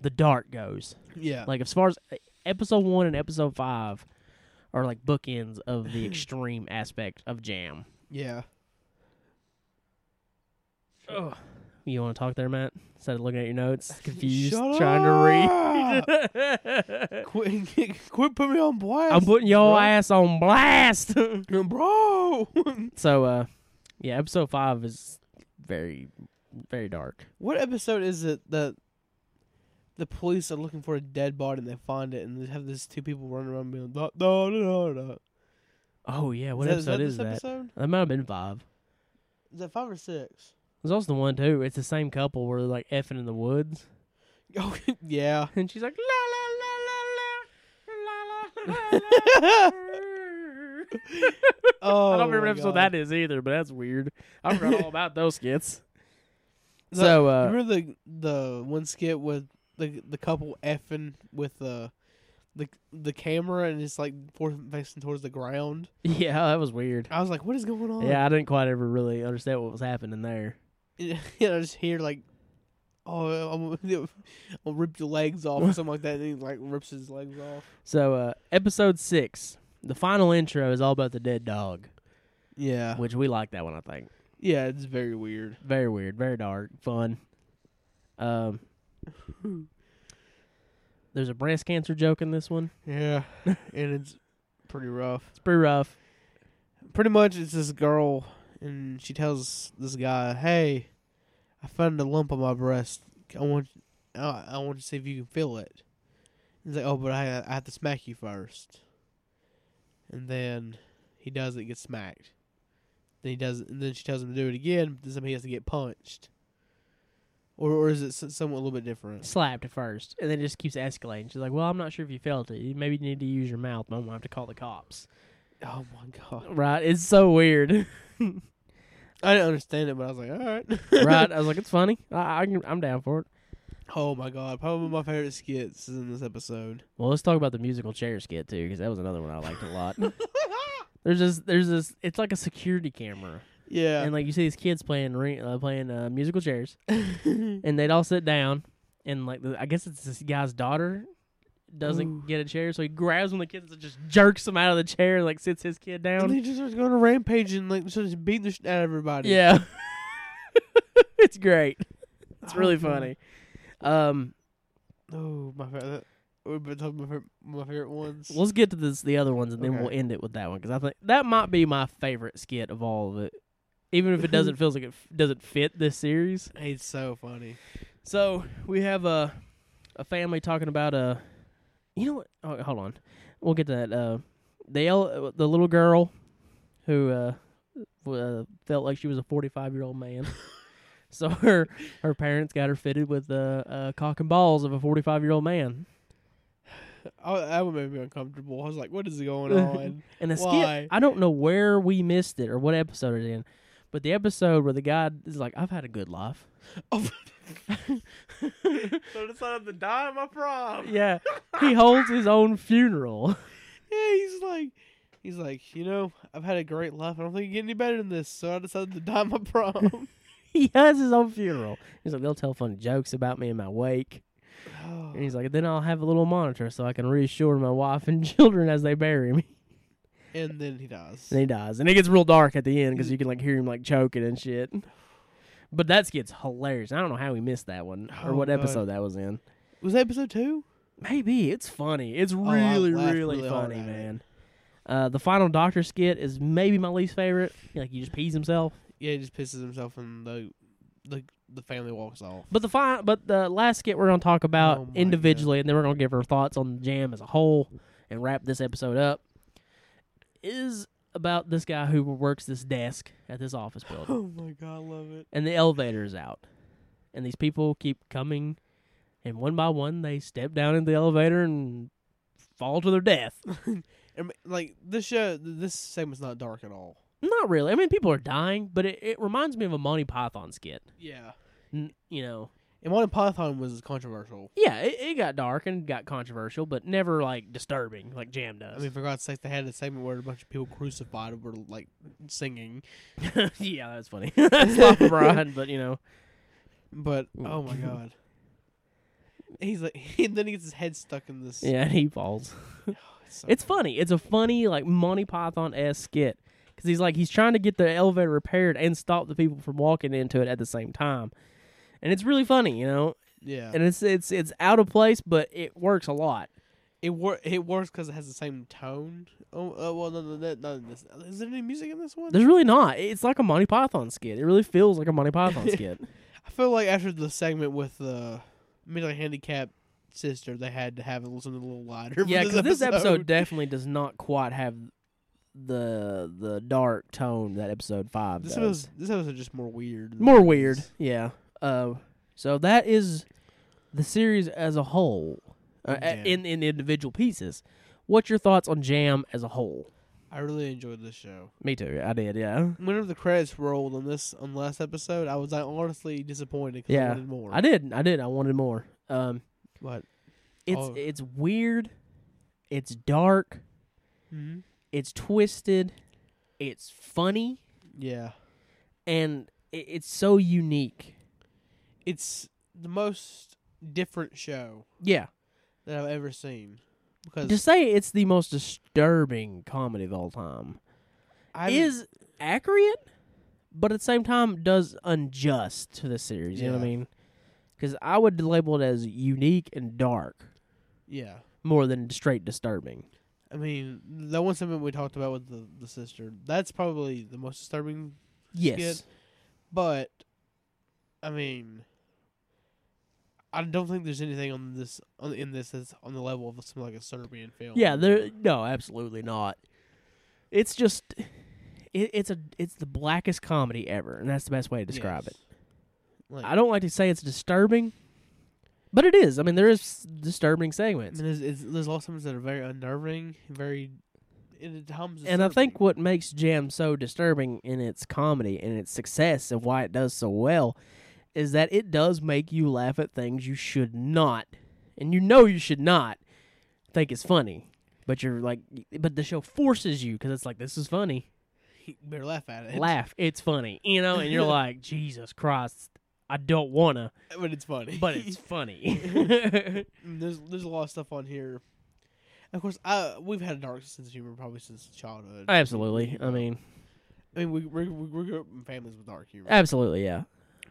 Speaker 2: the dark goes.
Speaker 3: Yeah.
Speaker 2: Like as far as eh, episode one and episode five are like bookends of
Speaker 3: [SIGHS]
Speaker 2: the extreme aspect of Jam.
Speaker 3: yeah.
Speaker 2: Oh, you want to talk there, Matt? Instead of looking at your notes,
Speaker 3: [LAUGHS]
Speaker 2: confused,
Speaker 3: Shut
Speaker 2: trying
Speaker 3: up! [LAUGHS]
Speaker 2: to read.
Speaker 3: quit, [LAUGHS] quit putting me on
Speaker 2: [LAUGHS]
Speaker 3: blast.
Speaker 2: I'm putting your
Speaker 3: bro.
Speaker 2: ass on blast. [LAUGHS]
Speaker 3: [LAUGHS] Bro.
Speaker 2: so, uh, yeah, episode five is very, very dark.
Speaker 3: what episode is it that the police are looking for a dead body and they find it and they have these two people running around being da da da da da.
Speaker 2: Oh yeah, what
Speaker 3: Is
Speaker 2: episode
Speaker 3: that,
Speaker 2: is
Speaker 3: is that
Speaker 2: that?
Speaker 3: this episode?
Speaker 2: That might have been five.
Speaker 3: Is that five or six? [LAUGHS]
Speaker 2: There's also the one too. It's the same couple where they're like effing in the woods, [LAUGHS]
Speaker 3: Oh [LAUGHS] yeah.
Speaker 2: and she's like la la la la la la la [LAUGHS] la. la."
Speaker 3: Oh,
Speaker 2: I don't remember
Speaker 3: my
Speaker 2: what episode
Speaker 3: God.
Speaker 2: that is either, but that's weird. I forgot all about those skits. [LAUGHS]
Speaker 3: Is that-
Speaker 2: So
Speaker 3: you
Speaker 2: uh,
Speaker 3: remember the the one skit with the the couple effing with the the the camera and it's like forth facing towards the ground.
Speaker 2: yeah, that was weird.
Speaker 3: I was like, what is going on?
Speaker 2: Yeah, I didn't quite ever really understand what was happening there.
Speaker 3: [LAUGHS] and I just hear like, oh, I'm, [LAUGHS] gonna- I'll rip your legs off or something like that. And he like rips his legs off.
Speaker 2: So uh, episode six, the final intro is all about the dead dog,
Speaker 3: Yeah,
Speaker 2: which we like that one, I think.
Speaker 3: yeah, it's very weird.
Speaker 2: Very weird, very dark, fun. [LAUGHS] Um, there's a breast cancer joke in this one.
Speaker 3: Yeah, and it's pretty rough.
Speaker 2: It's pretty rough.
Speaker 3: Pretty much, it's this girl and she tells this guy, "Hey, I found a lump on my breast. I want, I, I want to see if you can feel it." He's like, "Oh, but I, I have to smack you first. And then he does it, gets smacked. Then he does, and then she tells him to do it again. But this time he has to get punched. Or, or is it s- somewhat a little bit different?
Speaker 2: Slapped at first, and then it just keeps escalating. She's like, "Well, I'm not sure if you felt it. You Maybe you need to use your mouth. But I'm gonna have to call the cops."
Speaker 3: Oh my god,
Speaker 2: Right? It's so weird.
Speaker 3: I didn't understand it, but I was like, all right,
Speaker 2: [LAUGHS]
Speaker 3: [LAUGHS]
Speaker 2: right? I was like, "It's funny. I, I can, I'm down for it."
Speaker 3: Oh my god, probably my favorite skits is in this [LAUGHS] episode.
Speaker 2: Well, let's talk about the musical chair skit too, because that was another one I liked a [LAUGHS] lot. there's this, there's this. It's like a security camera,
Speaker 3: Yeah,
Speaker 2: and like you see these kids playing ring, uh, playing uh, musical chairs. and they'd all sit down, and like the, I guess it's this guy's daughter doesn't
Speaker 3: Ooh.
Speaker 2: get a chair, so he grabs one of the kids and just jerks him out of the chair, and, like sits his kid
Speaker 3: And
Speaker 2: down.
Speaker 3: he just starts going on a rampage and like starts beating the shit out of everybody.
Speaker 2: Yeah, [LAUGHS] it's great. It's
Speaker 3: Oh,
Speaker 2: really
Speaker 3: God.
Speaker 2: funny. Um,
Speaker 3: Oh my favorite. We've been talking about my favorite ones.
Speaker 2: let's get to this the other ones, and then
Speaker 3: Okay.
Speaker 2: we'll end it with that one because I think that might be my favorite skit of all of it. Even if it
Speaker 3: [LAUGHS]
Speaker 2: doesn't feels like it f- doesn't fit this series,
Speaker 3: it's so funny.
Speaker 2: So we have a a family talking about a. You know what? Oh, hold on, we'll get to that. Uh, the el- the little girl who uh, w- uh felt like she was a forty five year old man. [LAUGHS] So her her parents got her fitted with the uh, cock and balls of a 45 year old man.
Speaker 3: I, Oh, that would make me uncomfortable. I was like, what is
Speaker 2: [LAUGHS]
Speaker 3: going on?
Speaker 2: And the
Speaker 3: Why?
Speaker 2: skit, I don't know where we missed it or what episode it's in, but the episode where the guy is like, I've had a good life.
Speaker 3: Oh. so I decided to die at my prom.
Speaker 2: yeah. He holds his own funeral.
Speaker 3: Yeah, he's like, he's like, you know, I've had a great life. I don't think it can get any better than this, so I decided to die
Speaker 2: [LAUGHS]
Speaker 3: my prom.
Speaker 2: he has his own funeral. He's like, they'll tell funny jokes about me in my wake.
Speaker 3: Oh,
Speaker 2: And he's like, then I'll have a little monitor so I can reassure my wife and [LAUGHS] children as they bury me.
Speaker 3: and then he dies.
Speaker 2: And he dies. And it gets real dark at the end because you can like hear him like choking and shit. But that skit's hilarious. I don't know how we missed that one or
Speaker 3: Oh,
Speaker 2: what
Speaker 3: God.
Speaker 2: episode that was in.
Speaker 3: Was that episode two?
Speaker 2: Maybe it's funny. It's
Speaker 3: Oh, I
Speaker 2: really,
Speaker 3: laughed
Speaker 2: really,
Speaker 3: really hard
Speaker 2: funny,
Speaker 3: at it.
Speaker 2: man. Uh, the final Doctor skit is maybe my least favorite. Like he just pees himself.
Speaker 3: Yeah, he just pisses himself and the the the family walks off.
Speaker 2: [LAUGHS] But the fi- but the last skit we're gonna talk about
Speaker 3: Oh my
Speaker 2: individually, and then we're gonna give our thoughts on the jam as a whole and wrap this episode up. Is about this guy who works this desk at this office
Speaker 3: [GASPS]
Speaker 2: building.
Speaker 3: Oh my god, I love it.
Speaker 2: and the elevator is out. And these people keep coming, and one by one, they step down into the elevator and fall to their
Speaker 3: [LAUGHS]
Speaker 2: death.
Speaker 3: And, like this show, this segment's not dark at all.
Speaker 2: Not really. I mean, people are dying, but it, it reminds me of a Monty Python skit.
Speaker 3: Yeah.
Speaker 2: N- you know,
Speaker 3: And Monty Python was controversial.
Speaker 2: yeah, it, it got dark and got controversial, but never like disturbing like Jam does.
Speaker 3: I mean, for God's sake, they had a segment where a bunch of people crucified were like singing.
Speaker 2: [LAUGHS] yeah, that's funny. [LAUGHS] that's not Brian, but you know,
Speaker 3: But
Speaker 2: Mm. [LAUGHS]
Speaker 3: oh my god, he's like, [LAUGHS] and then he gets his head stuck in this.
Speaker 2: yeah, and he falls.
Speaker 3: it's, so
Speaker 2: It's funny. It's a funny like Monty Python esque skit because he's like he's trying to get the elevator repaired and stop the people from walking into it at the same time, and it's really funny, you know.
Speaker 3: yeah.
Speaker 2: And it's it's it's out of place, but it works a lot.
Speaker 3: it wor- it works because it has the same tone. Oh, uh, well, no, no, no, not in this. uh, Is there any music in this one?
Speaker 2: There's really not. It's like a Monty Python skit. It really feels like a Monty [LAUGHS] Python skit.
Speaker 3: I feel like after the segment with the mentally handicapped sister, they had to have it listen to a little lighter. for
Speaker 2: yeah, because this episode definitely does not quite have the the dark tone that episode five
Speaker 3: this
Speaker 2: does.
Speaker 3: episode, this episode just more weird. than
Speaker 2: More
Speaker 3: it
Speaker 2: weird,
Speaker 3: is.
Speaker 2: yeah. Uh, so that is the series as a whole, uh,
Speaker 3: Yeah.
Speaker 2: in in individual pieces. What's your thoughts on Jam as a whole?
Speaker 3: I really enjoyed this show.
Speaker 2: Me too. I did. Yeah,
Speaker 3: Whenever the credits rolled on this on the last episode, I was like, honestly disappointed. 'cause
Speaker 2: Yeah,
Speaker 3: I wanted more.
Speaker 2: I did. I did. I wanted more. Um,
Speaker 3: But
Speaker 2: it's
Speaker 3: Oh.
Speaker 2: it's weird. It's dark. It's twisted. It's funny,
Speaker 3: yeah,
Speaker 2: and it, it's so unique.
Speaker 3: it's the most different show
Speaker 2: Yeah.
Speaker 3: that I've ever seen. Because
Speaker 2: To say it's the most disturbing comedy of all time.
Speaker 3: I
Speaker 2: is accurate, but at the same time does unjust to the series. You know what I
Speaker 3: Yeah.
Speaker 2: mean? Because I would label it as unique and dark
Speaker 3: yeah.
Speaker 2: more than straight disturbing.
Speaker 3: I mean, that one segment we talked about with the, the sister, that's probably the most disturbing.
Speaker 2: Yes,
Speaker 3: Good. But, I mean, I don't think there's anything on this on in this that's on the level of something like a Serbian film.
Speaker 2: yeah. There, no, absolutely not. It's just, it, it's a, it's the blackest comedy ever, and that's the best way to describe it.
Speaker 3: Like,
Speaker 2: I don't like to say it's disturbing, but it is. I mean, there is disturbing
Speaker 3: I
Speaker 2: segments.
Speaker 3: mean, there's, it's, there's a lot of segments that are very unnerving, very. And, at times
Speaker 2: And I think
Speaker 3: disturbing.
Speaker 2: what makes Jam so disturbing in its comedy and its success and why it does so well is that it does make you laugh at things you should not, and you know you should not think it's funny, but you're like, but the show forces you because it's like this is funny,
Speaker 3: You better laugh at it.
Speaker 2: laugh, it's funny, you know, [LAUGHS] and you're like, Jesus Christ, I don't wanna,
Speaker 3: [LAUGHS] but it's funny.
Speaker 2: but [LAUGHS] it's funny. [LAUGHS]
Speaker 3: Mm, [LAUGHS] there's there's a lot of stuff on here. Of course, I we've had a dark sense of humor probably since childhood.
Speaker 2: absolutely, I mean,
Speaker 3: I mean, we we we we grew up in families with dark humor.
Speaker 2: absolutely, yeah,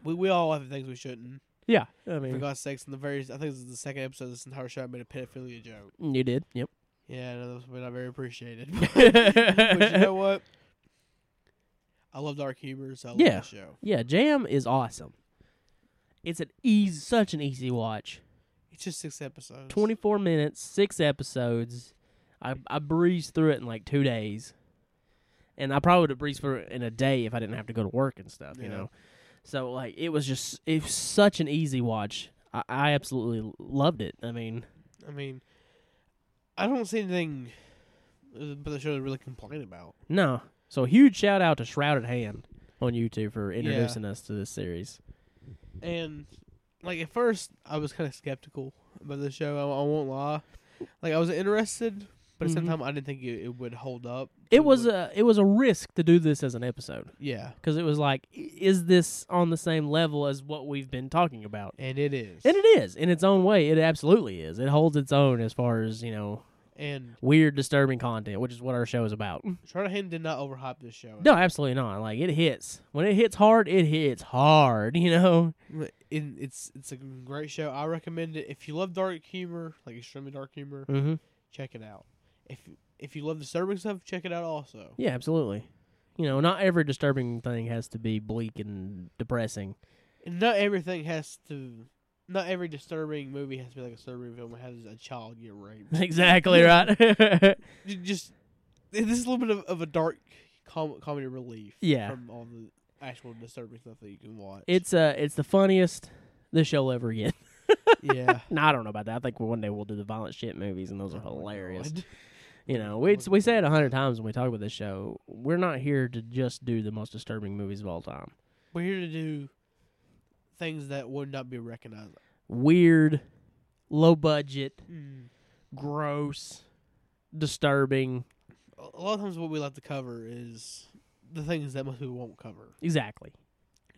Speaker 3: We we all have things we shouldn't.
Speaker 2: yeah. I
Speaker 3: For
Speaker 2: mean,
Speaker 3: God's sakes, in the very I think this is the second episode of this entire show, I made a pedophilia joke.
Speaker 2: you did, yep.
Speaker 3: Yeah, I know that was probably not
Speaker 2: [LAUGHS]
Speaker 3: very appreciated. but you know what? I love dark humor, so I love
Speaker 2: Yeah.
Speaker 3: the show.
Speaker 2: Yeah, Jam is awesome. It's an easy, such an easy watch.
Speaker 3: It's just six episodes.
Speaker 2: Twenty four minutes, six episodes. I I breezed through it in like two days, and I probably would have breezed through it in a day if I didn't have to go to work and stuff. You
Speaker 3: Yeah.
Speaker 2: know, So like it was just it was such an easy watch. I, I absolutely loved it. I mean,
Speaker 3: I mean, I don't see anything uh, but the show to really complain about.
Speaker 2: no. So huge shout out to Shrouded Hand on YouTube for introducing us to this series.
Speaker 3: And like at first, I was kind of skeptical about the show. I, I won't lie. Like I was interested, but at the same
Speaker 2: Mhm.
Speaker 3: time, I didn't think it, it would hold up.
Speaker 2: It was
Speaker 3: would-
Speaker 2: a it was a risk to do this as an episode
Speaker 3: yeah,
Speaker 2: because it was like i- is this on the same level as what we've been talking about?
Speaker 3: and it is,
Speaker 2: And it is in its own way. It absolutely is. It holds its own as far as you know
Speaker 3: and
Speaker 2: weird, disturbing content, which is what our show is about.
Speaker 3: Shanahan did not overhype this show.
Speaker 2: No, absolutely not. Like it hits when it hits hard, it hits hard. [LAUGHS] You know,
Speaker 3: In- it's it's a great show. I recommend it if you love dark humor, like extremely dark humor.
Speaker 2: mm-hmm.
Speaker 3: Check it out. If if you love disturbing stuff, check it out also.
Speaker 2: Yeah, absolutely. You know, not every disturbing thing has to be bleak and depressing. [LAUGHS]
Speaker 3: And not everything has to. Not every disturbing movie has to be like a disturbing film that has a child get
Speaker 2: [LAUGHS]
Speaker 3: raped.
Speaker 2: Exactly right. [LAUGHS]
Speaker 3: J- Just this is a little bit of, of a dark com- comedy relief.
Speaker 2: Yeah.
Speaker 3: From all the actual disturbing stuff that you can watch.
Speaker 2: it's uh, it's the funniest this show will ever get.
Speaker 3: [LAUGHS]
Speaker 2: [LAUGHS]
Speaker 3: yeah.
Speaker 2: No, I don't know about that. I think one day we'll do the violent shit movies, and [LAUGHS] those are
Speaker 3: Oh my
Speaker 2: hilarious.
Speaker 3: God.
Speaker 2: You know, we we say it a hundred times when we talk about this show. We're not here to just do the most disturbing movies of all time.
Speaker 3: We're here to do things that would not be recognized.
Speaker 2: Weird, low budget,
Speaker 3: Mm.
Speaker 2: gross, disturbing.
Speaker 3: A lot of times, what we like to cover is the things that most people won't cover.
Speaker 2: Exactly.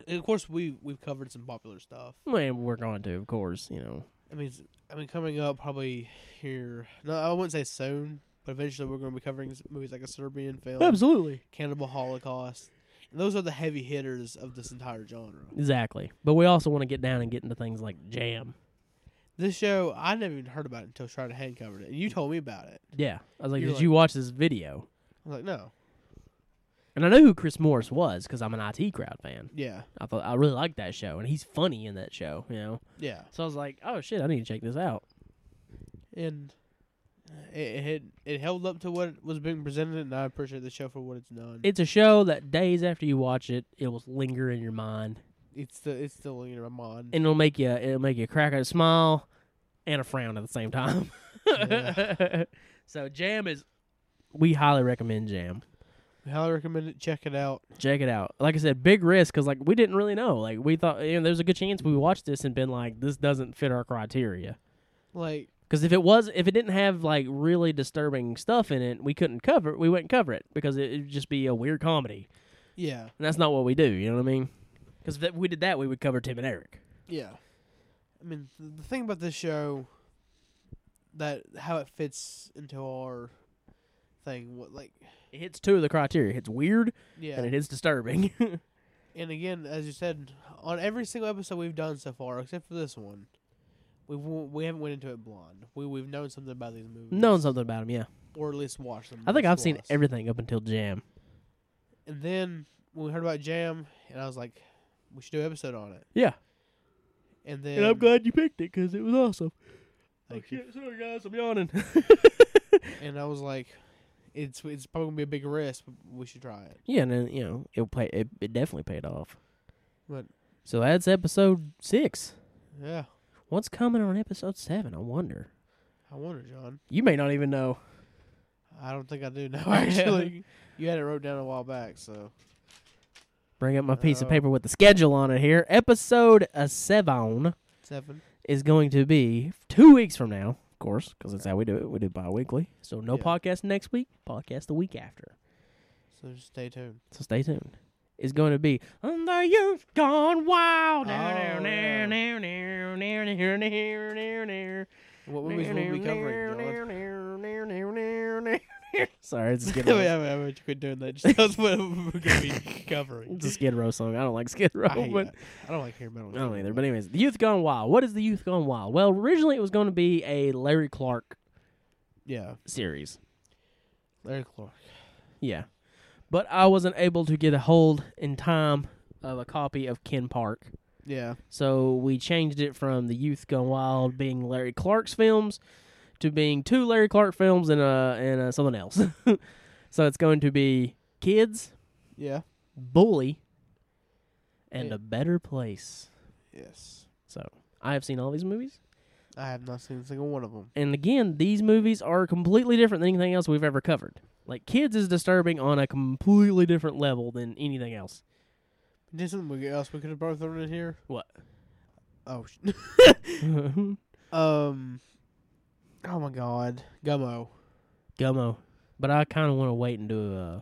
Speaker 3: And of course, we we've covered some popular stuff.
Speaker 2: And we're going to, of course. You know.
Speaker 3: I mean, s- I mean, coming up probably here. No, I wouldn't say soon, but eventually we're going to be covering s- movies like a Serbian film,
Speaker 2: Absolutely.
Speaker 3: Cannibal Holocaust. And those are the heavy hitters of this entire genre.
Speaker 2: Exactly. But we also want to get down and get into things like jam.
Speaker 3: This show, I never even heard about it until Shroud of Hand covered it, and you told me about it.
Speaker 2: Yeah. I was like,
Speaker 3: You're
Speaker 2: did you watch this video?
Speaker 3: I was like, no,
Speaker 2: And I know who Chris Morris was because I'm an IT crowd fan.
Speaker 3: yeah,
Speaker 2: I thought I really liked that show, and he's funny in that show, you know.
Speaker 3: yeah,
Speaker 2: So I was like, oh shit, I need to check this out.
Speaker 3: and it it, had- it held up to what was being presented, and I appreciate the show for what it's done.
Speaker 2: It's a show that days after you watch it, it will linger in your mind,
Speaker 3: it's still it's still in my mind.
Speaker 2: and it'll make you it'll make you crack a smile and a frown at the same time. [LAUGHS]
Speaker 3: Yeah.
Speaker 2: so Jam is, we highly recommend Jam.
Speaker 3: I highly recommend it. Check it out.
Speaker 2: check it out. Like I said, big risk because like we didn't really know. Like we thought, you know, there's a good chance we watched this and been like, this doesn't fit our criteria.
Speaker 3: Like
Speaker 2: Because if it was, if it didn't have like really disturbing stuff in it, we couldn't cover. it. We wouldn't cover it because it, it'd just be a weird comedy,
Speaker 3: yeah,
Speaker 2: and that's not what we do. You know what I mean? Because if that- we did that, we would cover Tim and Eric.
Speaker 3: Yeah. I mean, th- the thing about this show that how it fits into our thing, what like
Speaker 2: It hits two of the criteria. It's weird
Speaker 3: yeah.
Speaker 2: and
Speaker 3: And,
Speaker 2: it is disturbing. [LAUGHS]
Speaker 3: again, as you said, on every single episode we've done so far, except for this one, we we haven't went into it blind. We we've known something about these movies.
Speaker 2: Knowing something about him, yeah.
Speaker 3: or at least watched them.
Speaker 2: I think
Speaker 3: at
Speaker 2: I've
Speaker 3: least
Speaker 2: seen
Speaker 3: once.
Speaker 2: everything up until Jam.
Speaker 3: And then when we heard about Jam, and I was like, we should do an episode on it.
Speaker 2: Yeah,
Speaker 3: And then
Speaker 2: you picked it because it was awesome. Oh,
Speaker 3: Thank you.
Speaker 2: sorry guys, I'm yawning. [LAUGHS]
Speaker 3: and I was like, it's it's probably gonna be a big risk. But we should try it.
Speaker 2: Yeah, and then you know it'll pay. It, it definitely paid off.
Speaker 3: But
Speaker 2: So that's episode six.
Speaker 3: yeah,
Speaker 2: What's coming on episode seven? I wonder.
Speaker 3: I wonder, John.
Speaker 2: You may not even know.
Speaker 3: I don't think I do now. [LAUGHS]
Speaker 2: [LAUGHS]
Speaker 3: Actually, you had it wrote down a while back, so
Speaker 2: Bring up my piece of
Speaker 3: Oh.
Speaker 2: paper with the schedule on it here. Episode uh, seven
Speaker 3: seven.
Speaker 2: is going to be two weeks from now, of course, because that's how we do it. We do bi-weekly. So no
Speaker 3: Yeah.
Speaker 2: podcast next week. Podcast the week after.
Speaker 3: So just stay tuned.
Speaker 2: So stay tuned. It's going to be and the youth gone wild.
Speaker 3: Oh, yeah. And What movies will we be covering,
Speaker 2: [LAUGHS] Sorry, it's a
Speaker 3: [LAUGHS] John?
Speaker 2: Skid
Speaker 3: I
Speaker 2: Row.
Speaker 3: mean, I mean, you quit doing that. [LAUGHS] Just tell us what we're gonna be covering.
Speaker 2: [LAUGHS] it's a Skid Row song. I don't like Skid Row,
Speaker 3: I, hate
Speaker 2: but
Speaker 3: that. I don't like hair metal.
Speaker 2: I don't either. But anyways, the Youth Gone Wild. What is the Youth Gone Wild? Well, originally it was going to be a Larry Clark
Speaker 3: yeah,
Speaker 2: series.
Speaker 3: Larry Clark.
Speaker 2: Yeah, but I wasn't able to get a hold in time of a copy of Ken Park.
Speaker 3: Yeah,
Speaker 2: So we changed it from the Youth Gone Wild being Larry Clark's films to being two Larry Clark films and uh and uh, something else. [LAUGHS] so it's going to be Kids,
Speaker 3: yeah,
Speaker 2: Bully, and
Speaker 3: Yeah.
Speaker 2: a better place.
Speaker 3: Yes.
Speaker 2: So I have seen all these movies,
Speaker 3: I have not seen a single one of them.
Speaker 2: and again, these movies are completely different than anything else we've ever covered. Like kids is disturbing on a completely different level than anything else. [LAUGHS]
Speaker 3: There's something else we could have both thrown in here.
Speaker 2: What?
Speaker 3: Oh. sh- um. Oh my God, Gummo.
Speaker 2: Gummo, but I kind of want to wait and do a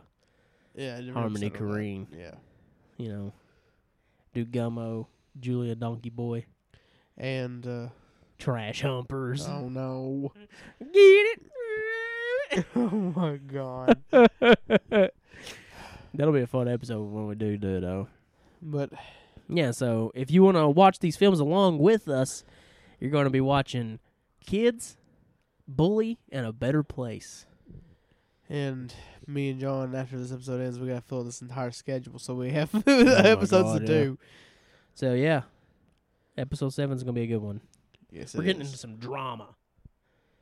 Speaker 3: Yeah. I never
Speaker 2: Harmony
Speaker 3: said all that.
Speaker 2: Korine.
Speaker 3: Yeah.
Speaker 2: You know, do Gummo, Julia Donkey Boy,
Speaker 3: And uh,
Speaker 2: Trash Humpers.
Speaker 3: oh [LAUGHS] no.
Speaker 2: Get it? [LAUGHS]
Speaker 3: oh my God.
Speaker 2: That'll be a fun episode when we do do it, though.
Speaker 3: But
Speaker 2: Yeah, so if you want to watch these films along with us, you're going to be watching Kids, Bully, and A Better Place.
Speaker 3: and me and John after this episode ends, we gotta fill this entire schedule, so we have [LAUGHS]
Speaker 2: Oh my
Speaker 3: episodes
Speaker 2: God,
Speaker 3: to
Speaker 2: yeah.
Speaker 3: do.
Speaker 2: So, yeah, episode seven's going to be a good one.
Speaker 3: Yes,
Speaker 2: We're
Speaker 3: it
Speaker 2: getting
Speaker 3: is.
Speaker 2: into some drama.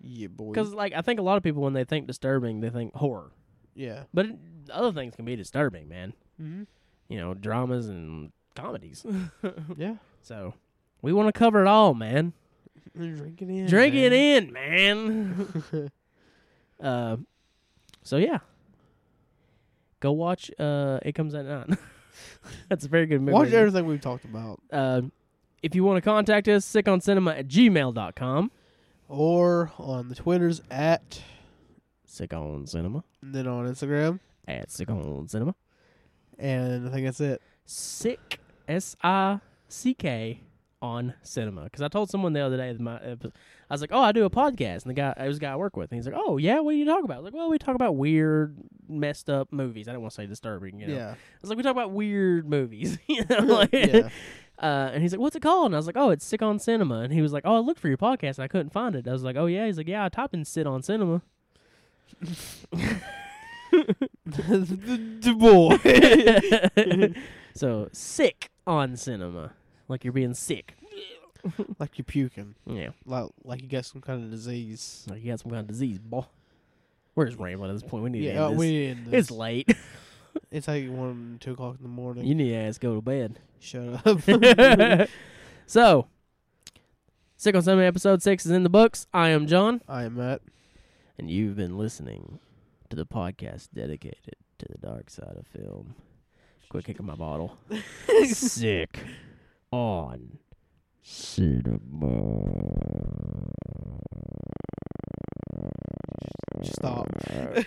Speaker 3: yeah, boy.
Speaker 2: Because, like, I think a lot of people, when they think disturbing, they think horror.
Speaker 3: yeah.
Speaker 2: But it, other things can be disturbing, man.
Speaker 3: Mm-hmm.
Speaker 2: [LAUGHS] You know, dramas and comedies. [LAUGHS]
Speaker 3: Yeah.
Speaker 2: so, we want to cover it all, man.
Speaker 3: Drink it in.
Speaker 2: Drink it
Speaker 3: man.
Speaker 2: in, man. [LAUGHS] Uh, so yeah, go watch. Uh, it comes at nine. [LAUGHS] That's a very good movie.
Speaker 3: Watch everything we've talked about.
Speaker 2: Uh, if you want to contact us, sickoncinema at gmail.com.
Speaker 3: Or on the Twitters at,
Speaker 2: Sick on cinema
Speaker 3: and then on Instagram.
Speaker 2: at sick on cinema.
Speaker 3: And I think that's it.
Speaker 2: Sick S I C K on cinema. Because I told someone the other day, that my epi- I was like, "Oh, I do a podcast," and the guy, it was a guy I work with, and he's like, "Oh yeah, what do you talk about?" I was like, "Well, we talk about weird, messed up movies." I don't want to say disturbing, you know.
Speaker 3: Yeah.
Speaker 2: I was like, we talk about weird movies, [LAUGHS] you know. Like,
Speaker 3: Yeah.
Speaker 2: uh, and he's like, what's it called? And I was like, oh, it's Sick on Cinema. And he was like, oh, I looked for your podcast and I couldn't find it. I was like, oh yeah. He's like, yeah, I typed in Sit on Cinema. [LAUGHS]
Speaker 3: the, the [LAUGHS] boy.
Speaker 2: [LAUGHS] so sick on cinema, like you're being sick.
Speaker 3: like you're puking.
Speaker 2: Yeah,
Speaker 3: Like, like you got some kind of disease.
Speaker 2: like you got some kind of disease, boy. We're just rambling at this point. We need
Speaker 3: Yeah,
Speaker 2: to
Speaker 3: uh,
Speaker 2: end
Speaker 3: we
Speaker 2: this.
Speaker 3: need to end
Speaker 2: It's
Speaker 3: this.
Speaker 2: late. [LAUGHS]
Speaker 3: It's like 1, 2 o'clock in the morning.
Speaker 2: you need to ass go to bed.
Speaker 3: Shut up.
Speaker 2: [LAUGHS]
Speaker 3: [LAUGHS]
Speaker 2: so, sick on cinema episode six is in the books. I am John.
Speaker 3: I am Matt.
Speaker 2: And you've been listening to the podcast dedicated to the dark side of film. Quit kicking my bottle. Sick on cinema.
Speaker 3: Stop.